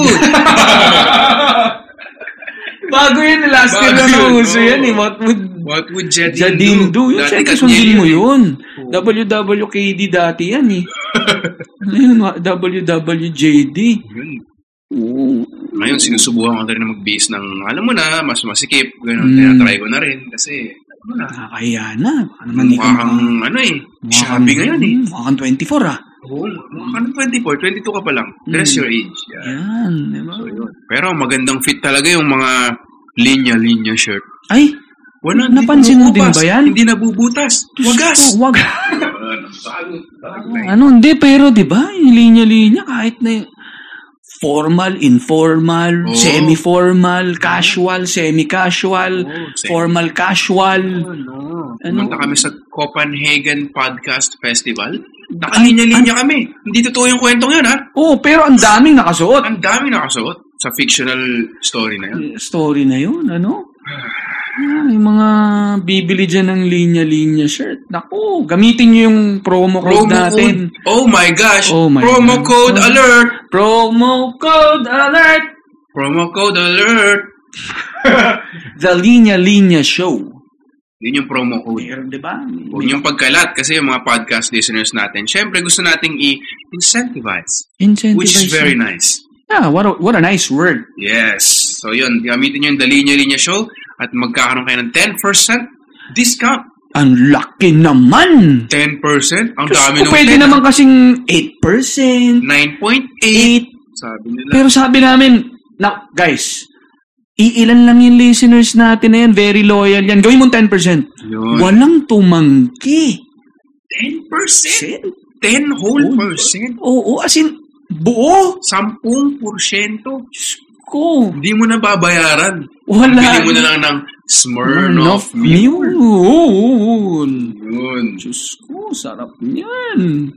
Speaker 1: Bago yun, eh, last year
Speaker 2: Bago
Speaker 1: na
Speaker 2: yun,
Speaker 1: nauso
Speaker 2: oo.
Speaker 1: yan eh. What would
Speaker 2: What would Jadin,
Speaker 1: Jadin do? Yun,
Speaker 2: Dati eh.
Speaker 1: syempre,
Speaker 2: kat
Speaker 1: sundin
Speaker 2: niya
Speaker 1: mo yun.
Speaker 2: Oo.
Speaker 1: WWKD dati yan eh. Ngayon, wa- WWJD.
Speaker 2: Yun.
Speaker 1: Oo.
Speaker 2: Ngayon, sinusubukan ko na rin na mag-base ng, alam mo na, mas masikip.
Speaker 1: Mm.
Speaker 2: Ganun, tinatry ko na rin. Kasi, alam mo na,
Speaker 1: Nakakahiya na. Baka naman di ka
Speaker 2: mukha kang,
Speaker 1: mukhang-
Speaker 2: ano eh,
Speaker 1: mukha kang-
Speaker 2: shabby ngayon eh.
Speaker 1: Mukha kang 24 ah.
Speaker 2: Oo, mukha kang 24, 22 ka pa lang. That's
Speaker 1: Mm.
Speaker 2: your age. Yeah.
Speaker 1: Yan, di ba?
Speaker 2: So, yun. Pero magandang fit talaga yung mga linya-linya shirt.
Speaker 1: Ay,
Speaker 2: Wala,
Speaker 1: Napansin mo din
Speaker 2: nabubutas.
Speaker 1: ba yan?
Speaker 2: Hindi nabubutas. Wagas!
Speaker 1: gusto- Wag.
Speaker 2: Ano?
Speaker 1: ano, hindi, pero di ba? Yung linya-linya, kahit na yung formal, informal,
Speaker 2: Oo.
Speaker 1: semi-formal, casual, semi-casual,
Speaker 2: Oo, semi-
Speaker 1: formal, casual. Ano?
Speaker 2: Pumunta kami sa Copenhagen Podcast Festival. Nakalinya-linya kami. Hindi totoo yung kwentong yun, ha?
Speaker 1: Oh, pero ang daming nakasuot.
Speaker 2: Ang dami nakasuot sa fictional story na yun.
Speaker 1: Story na yun, ano? Ah, yung mga bibili dyan ng linya-linya shirt. Naku, gamitin nyo yung promo code natin.
Speaker 2: code. Oh my gosh.
Speaker 1: Oh my
Speaker 2: promo
Speaker 1: God.
Speaker 2: code
Speaker 1: Oh.
Speaker 2: alert.
Speaker 1: Promo code alert!
Speaker 2: Promo code alert.
Speaker 1: The Linya Linya Show. Diba?
Speaker 2: Yun yung promo code.
Speaker 1: Pero, di ba?
Speaker 2: Huwag niyong pagkalat kasi yung mga podcast listeners natin, syempre gusto nating i-incentivize,
Speaker 1: Incentivize.
Speaker 2: which is very nice.
Speaker 1: Yeah, what a, what a nice word.
Speaker 2: Yes. So yun, gamitin niyo yung Dalinya Linya Show at magkakaroon kayo ng 10% discount.
Speaker 1: Ang laki naman!
Speaker 2: 10%? Ang
Speaker 1: Kasi
Speaker 2: dami
Speaker 1: kung
Speaker 2: nung
Speaker 1: pwede
Speaker 2: 10.
Speaker 1: naman kasing 8%,
Speaker 2: 9.8.
Speaker 1: 8.
Speaker 2: Sabi nila.
Speaker 1: Pero sabi namin, now, guys, iilan lang yung listeners natin na yan, very loyal yan. Gawin mong 10%.
Speaker 2: Yun.
Speaker 1: Walang tumangki.
Speaker 2: 10%?
Speaker 1: Percent?
Speaker 2: 10 whole
Speaker 1: Whole
Speaker 2: percent?
Speaker 1: Oo, as in, buo
Speaker 2: 10%? Diyos
Speaker 1: ko.
Speaker 2: Hindi mo na babayaran.
Speaker 1: Wala.
Speaker 2: Bili mo na lang ng
Speaker 1: Enough
Speaker 2: Smirnoff Mule.
Speaker 1: Mule.
Speaker 2: Yun.
Speaker 1: Diyos ko, sarap niyan.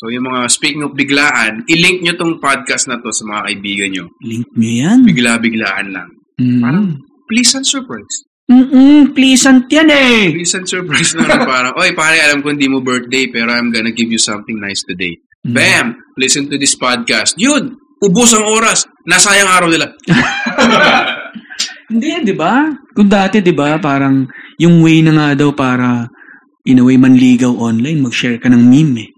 Speaker 2: So yung mga speaking of biglaan, i-link nyo tong podcast na to sa mga kaibigan nyo.
Speaker 1: Link nyo yan.
Speaker 2: Bigla-biglaan lang. Parang
Speaker 1: Mm.
Speaker 2: pleasant surprise.
Speaker 1: Mm-mm, pleasant yan eh.
Speaker 2: Pleasant surprise na lang parang, Oy, pare, alam ko hindi mo birthday pero I'm gonna give you something nice today.
Speaker 1: Mm.
Speaker 2: Bam! Listen to this podcast. Yun! Ubus ang oras. Nasayang araw nila.
Speaker 1: Hindi, di ba? Kung dati, di ba, parang yung way na nga daw para in a way manligaw online, mag-share ka ng meme eh.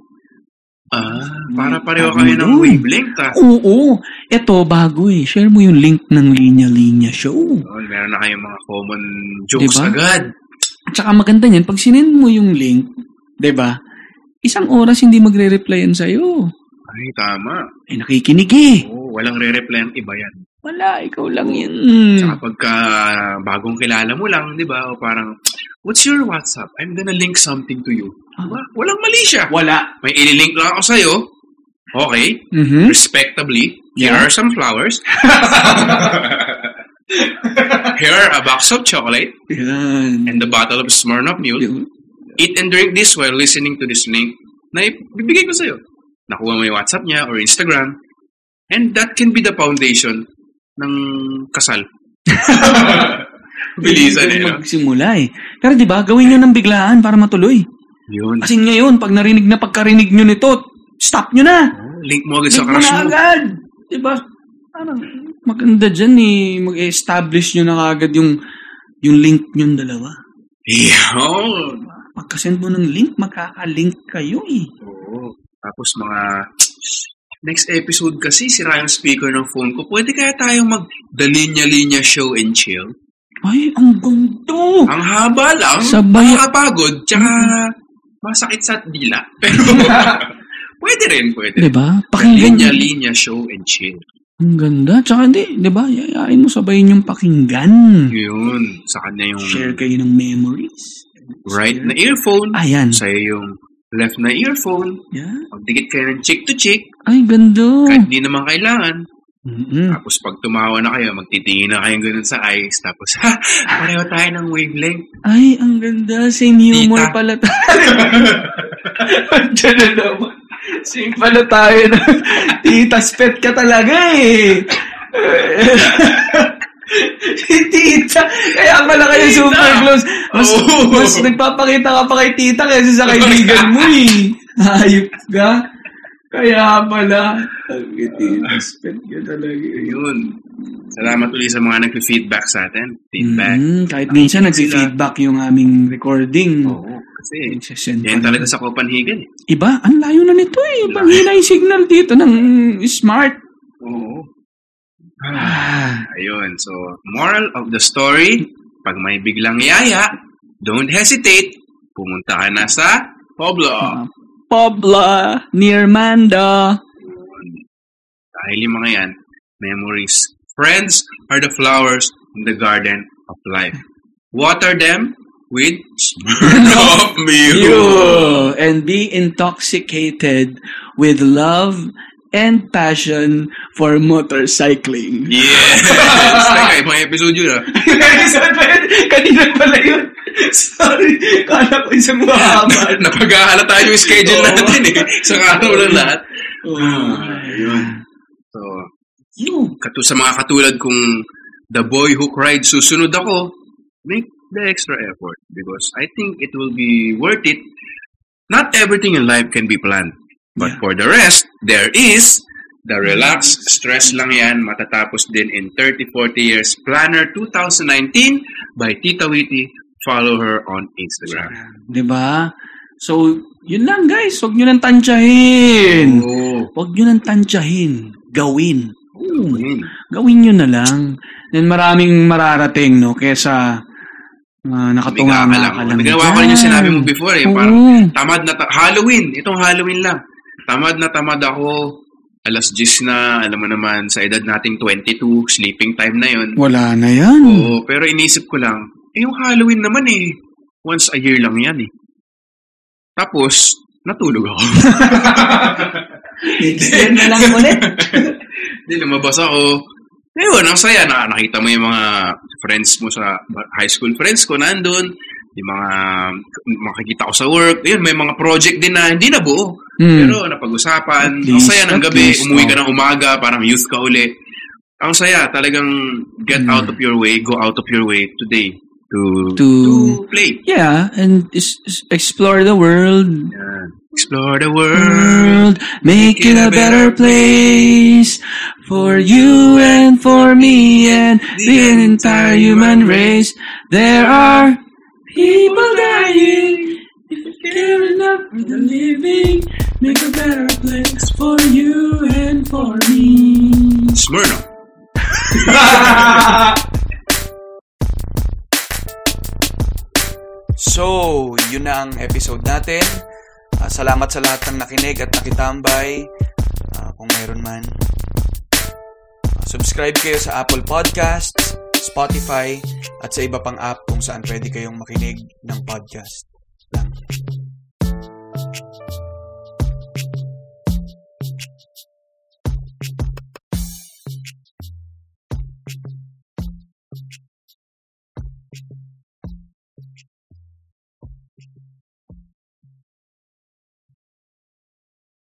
Speaker 2: Ah, para pareho kayo ng wavelength ah.
Speaker 1: Oo, eto bago eh. Share mo yung link ng Linya Linya Show.
Speaker 2: Yun, meron na kayong mga common jokes
Speaker 1: Diba?
Speaker 2: agad.
Speaker 1: At saka maganda niyan, pag sinend mo yung link, di ba, isang oras hindi magre-replyan sa'yo.
Speaker 2: Ay, tama.
Speaker 1: Ay, nakikinig eh.
Speaker 2: Oo, walang re-reply ang iba yan.
Speaker 1: Wala, ikaw lang yun. Mm.
Speaker 2: Tsaka pagka bagong kilala mo lang, di ba? O parang, what's your WhatsApp? I'm gonna link something to you. Diba? Walang mali siya.
Speaker 1: Wala.
Speaker 2: May ililink lang ako sa'yo. Okay,
Speaker 1: Mhm.
Speaker 2: respectably, here
Speaker 1: Yeah.
Speaker 2: are some flowers. here are a box of chocolate
Speaker 1: Yan.
Speaker 2: and a bottle of Smirnoff Mule.
Speaker 1: Yun.
Speaker 2: Eat and drink this while listening to this link na ibibigay ko sa'yo. Nakuha mo yung WhatsApp niya or Instagram. And that can be the foundation ng kasal. Bilisan eh. no?
Speaker 1: Magsimula eh. Pero di ba, gawin nyo ng biglaan para matuloy.
Speaker 2: Yun.
Speaker 1: Kasi ngayon, pag narinig na pagkarinig nyo nito, stop nyo na.
Speaker 2: Link mo agad
Speaker 1: Link
Speaker 2: sa
Speaker 1: mo
Speaker 2: crush
Speaker 1: na
Speaker 2: mo.
Speaker 1: agad. Di ba? Parang maganda dyan eh. Mag-establish nyo na agad yung, yung link nyo dalawa.
Speaker 2: Yun.
Speaker 1: Pagkasend mo ng link, magkaka-link kayo eh.
Speaker 2: Oo. Tapos mga next episode kasi sira yung speaker ng phone ko. Pwede kaya tayong mag The Linya Linya Show and Chill?
Speaker 1: Ay, ang gundo!
Speaker 2: Ang haba lang,
Speaker 1: Sabay-
Speaker 2: nakakapagod, tsaka masakit sa dila. Pero pwede rin, pwede.
Speaker 1: Di ba?
Speaker 2: The Linya
Speaker 1: Pakinggan.
Speaker 2: Linya Show and Chill.
Speaker 1: Ang ganda. Tsaka hindi, di ba? Yayain mo sabayin yung pakinggan.
Speaker 2: Yun, sa kanya yung
Speaker 1: Share kayo ng memories.
Speaker 2: right na earphone,
Speaker 1: Ayan.
Speaker 2: sa'yo yung left na earphone,
Speaker 1: Yeah.
Speaker 2: magdikit kayo ng cheek to cheek,
Speaker 1: Ay, ganda.
Speaker 2: kahit di naman kailangan,
Speaker 1: Mm-mm.
Speaker 2: Tapos pag tumawa na kayo, magtitingin na kayo ganun sa eyes. Tapos, ha, pareho tayo ng wavelength.
Speaker 1: Ay, ang ganda. Same humor
Speaker 2: Tita.
Speaker 1: pala tayo. Diyan na naman. Simpano tayo na. Titas pet ka talaga eh. Si tita. Eh, Kaya pala kayo
Speaker 2: Tita.
Speaker 1: super close. Mas,
Speaker 2: Oo.
Speaker 1: mas nagpapakita ka pa kay tita kaysa sa kaibigan mo eh. Hayop ka. Kaya pala. Ay, Titas pet ka talaga eh.
Speaker 2: Yun. Salamat ulit sa mga nag-feedback sa atin. Feedback.
Speaker 1: Mm, kahit minsan nagsi-feedback yung aming recording.
Speaker 2: Oo. Kasi,
Speaker 1: Session
Speaker 2: yan
Speaker 1: pa.
Speaker 2: talaga sa Copenhagen. eh.
Speaker 1: Iba, ang layo na nito eh. Ibang hila yung signal dito ng smart.
Speaker 2: Oo.
Speaker 1: Ah,
Speaker 2: Ayun. So, moral of the story, pag may biglang yaya, don't hesitate. Pumunta ka na sa Pobla.
Speaker 1: Ah, Pobla, near Manda.
Speaker 2: Dahil yung mga yan, memories. Friends are the flowers in the garden of life. Water them with Smirnoff Mule.
Speaker 1: You and be intoxicated with love and passion for motorcycling.
Speaker 2: Yes! Teka, mga episode yun ah.
Speaker 1: Kanina pala yun. Sorry, kala ko isang mahaman.
Speaker 2: Napag-aalata yung schedule
Speaker 1: Oo.
Speaker 2: natin eh. Sa araw na lahat.
Speaker 1: Ah,
Speaker 2: So,
Speaker 1: Oh. Yun.
Speaker 2: katu sa mga katulad kung The Boy Who Cried susunod ako, make the extra effort because I think it will be worth it. Not everything in life can be planned. But
Speaker 1: Yeah.
Speaker 2: for the rest, there is the relax stress lang yan matatapos din in 30-40 years planner 2019 by Tita Witty follow her on Instagram
Speaker 1: Diba? So, yun lang guys. Huwag nyo nang tansyahin.
Speaker 2: oh
Speaker 1: Huwag nyo nang tansyahin. Gawin.
Speaker 2: yun.
Speaker 1: Gawin nyo na lang. Then maraming mararating, no? Kesa ah,
Speaker 2: Tumawa
Speaker 1: nakatunga
Speaker 2: ka
Speaker 1: nga
Speaker 2: lang.
Speaker 1: ka lang.
Speaker 2: Nagawa ko rin yung sinabi mo before eh.
Speaker 1: Oo.
Speaker 2: Parang tamad na, ta- Halloween. Itong Halloween lang. Tamad na tamad ako. Alas 10 na, alam mo naman, sa edad nating 22, sleeping time na yon.
Speaker 1: Wala na yan.
Speaker 2: Oo, pero inisip ko lang, eh yung Halloween naman eh, once a year lang yan eh. Tapos, natulog ako.
Speaker 1: Next year na lang ulit.
Speaker 2: Hindi, lumabas ako. Ayun, ang saya. Na, nakita mo yung mga friends mo sa high school friends ko nandun. Yung mga makikita ko sa work. Ayun, may mga project din na hindi na buo.
Speaker 1: Hmm.
Speaker 2: Pero
Speaker 1: At
Speaker 2: napag-usapan. ang
Speaker 1: least,
Speaker 2: saya ng
Speaker 1: at
Speaker 2: gabi.
Speaker 1: least,
Speaker 2: umuwi ka
Speaker 1: oh.
Speaker 2: ng umaga. Parang youth ka uli. Ang saya. Talagang get
Speaker 1: Hmm.
Speaker 2: out of your way. Go out of your way today. To,
Speaker 1: To-
Speaker 2: play.
Speaker 1: Yeah, and is- is- explore the world.
Speaker 2: Yan. Explore the
Speaker 1: World,
Speaker 2: world.
Speaker 1: make it a better place for you and for me and the entire human race. There are people dying. If you care enough for the living, make a better place for you and for me.
Speaker 2: Smirnoff.
Speaker 3: So, yun na ang episode natin. Ah, salamat sa lahat ng nakinig at nakitambay. ah, kung meron man. Ah, subscribe kayo sa Apple Podcasts, Spotify, at sa iba pang app kung saan pwede kayong makinig ng podcast.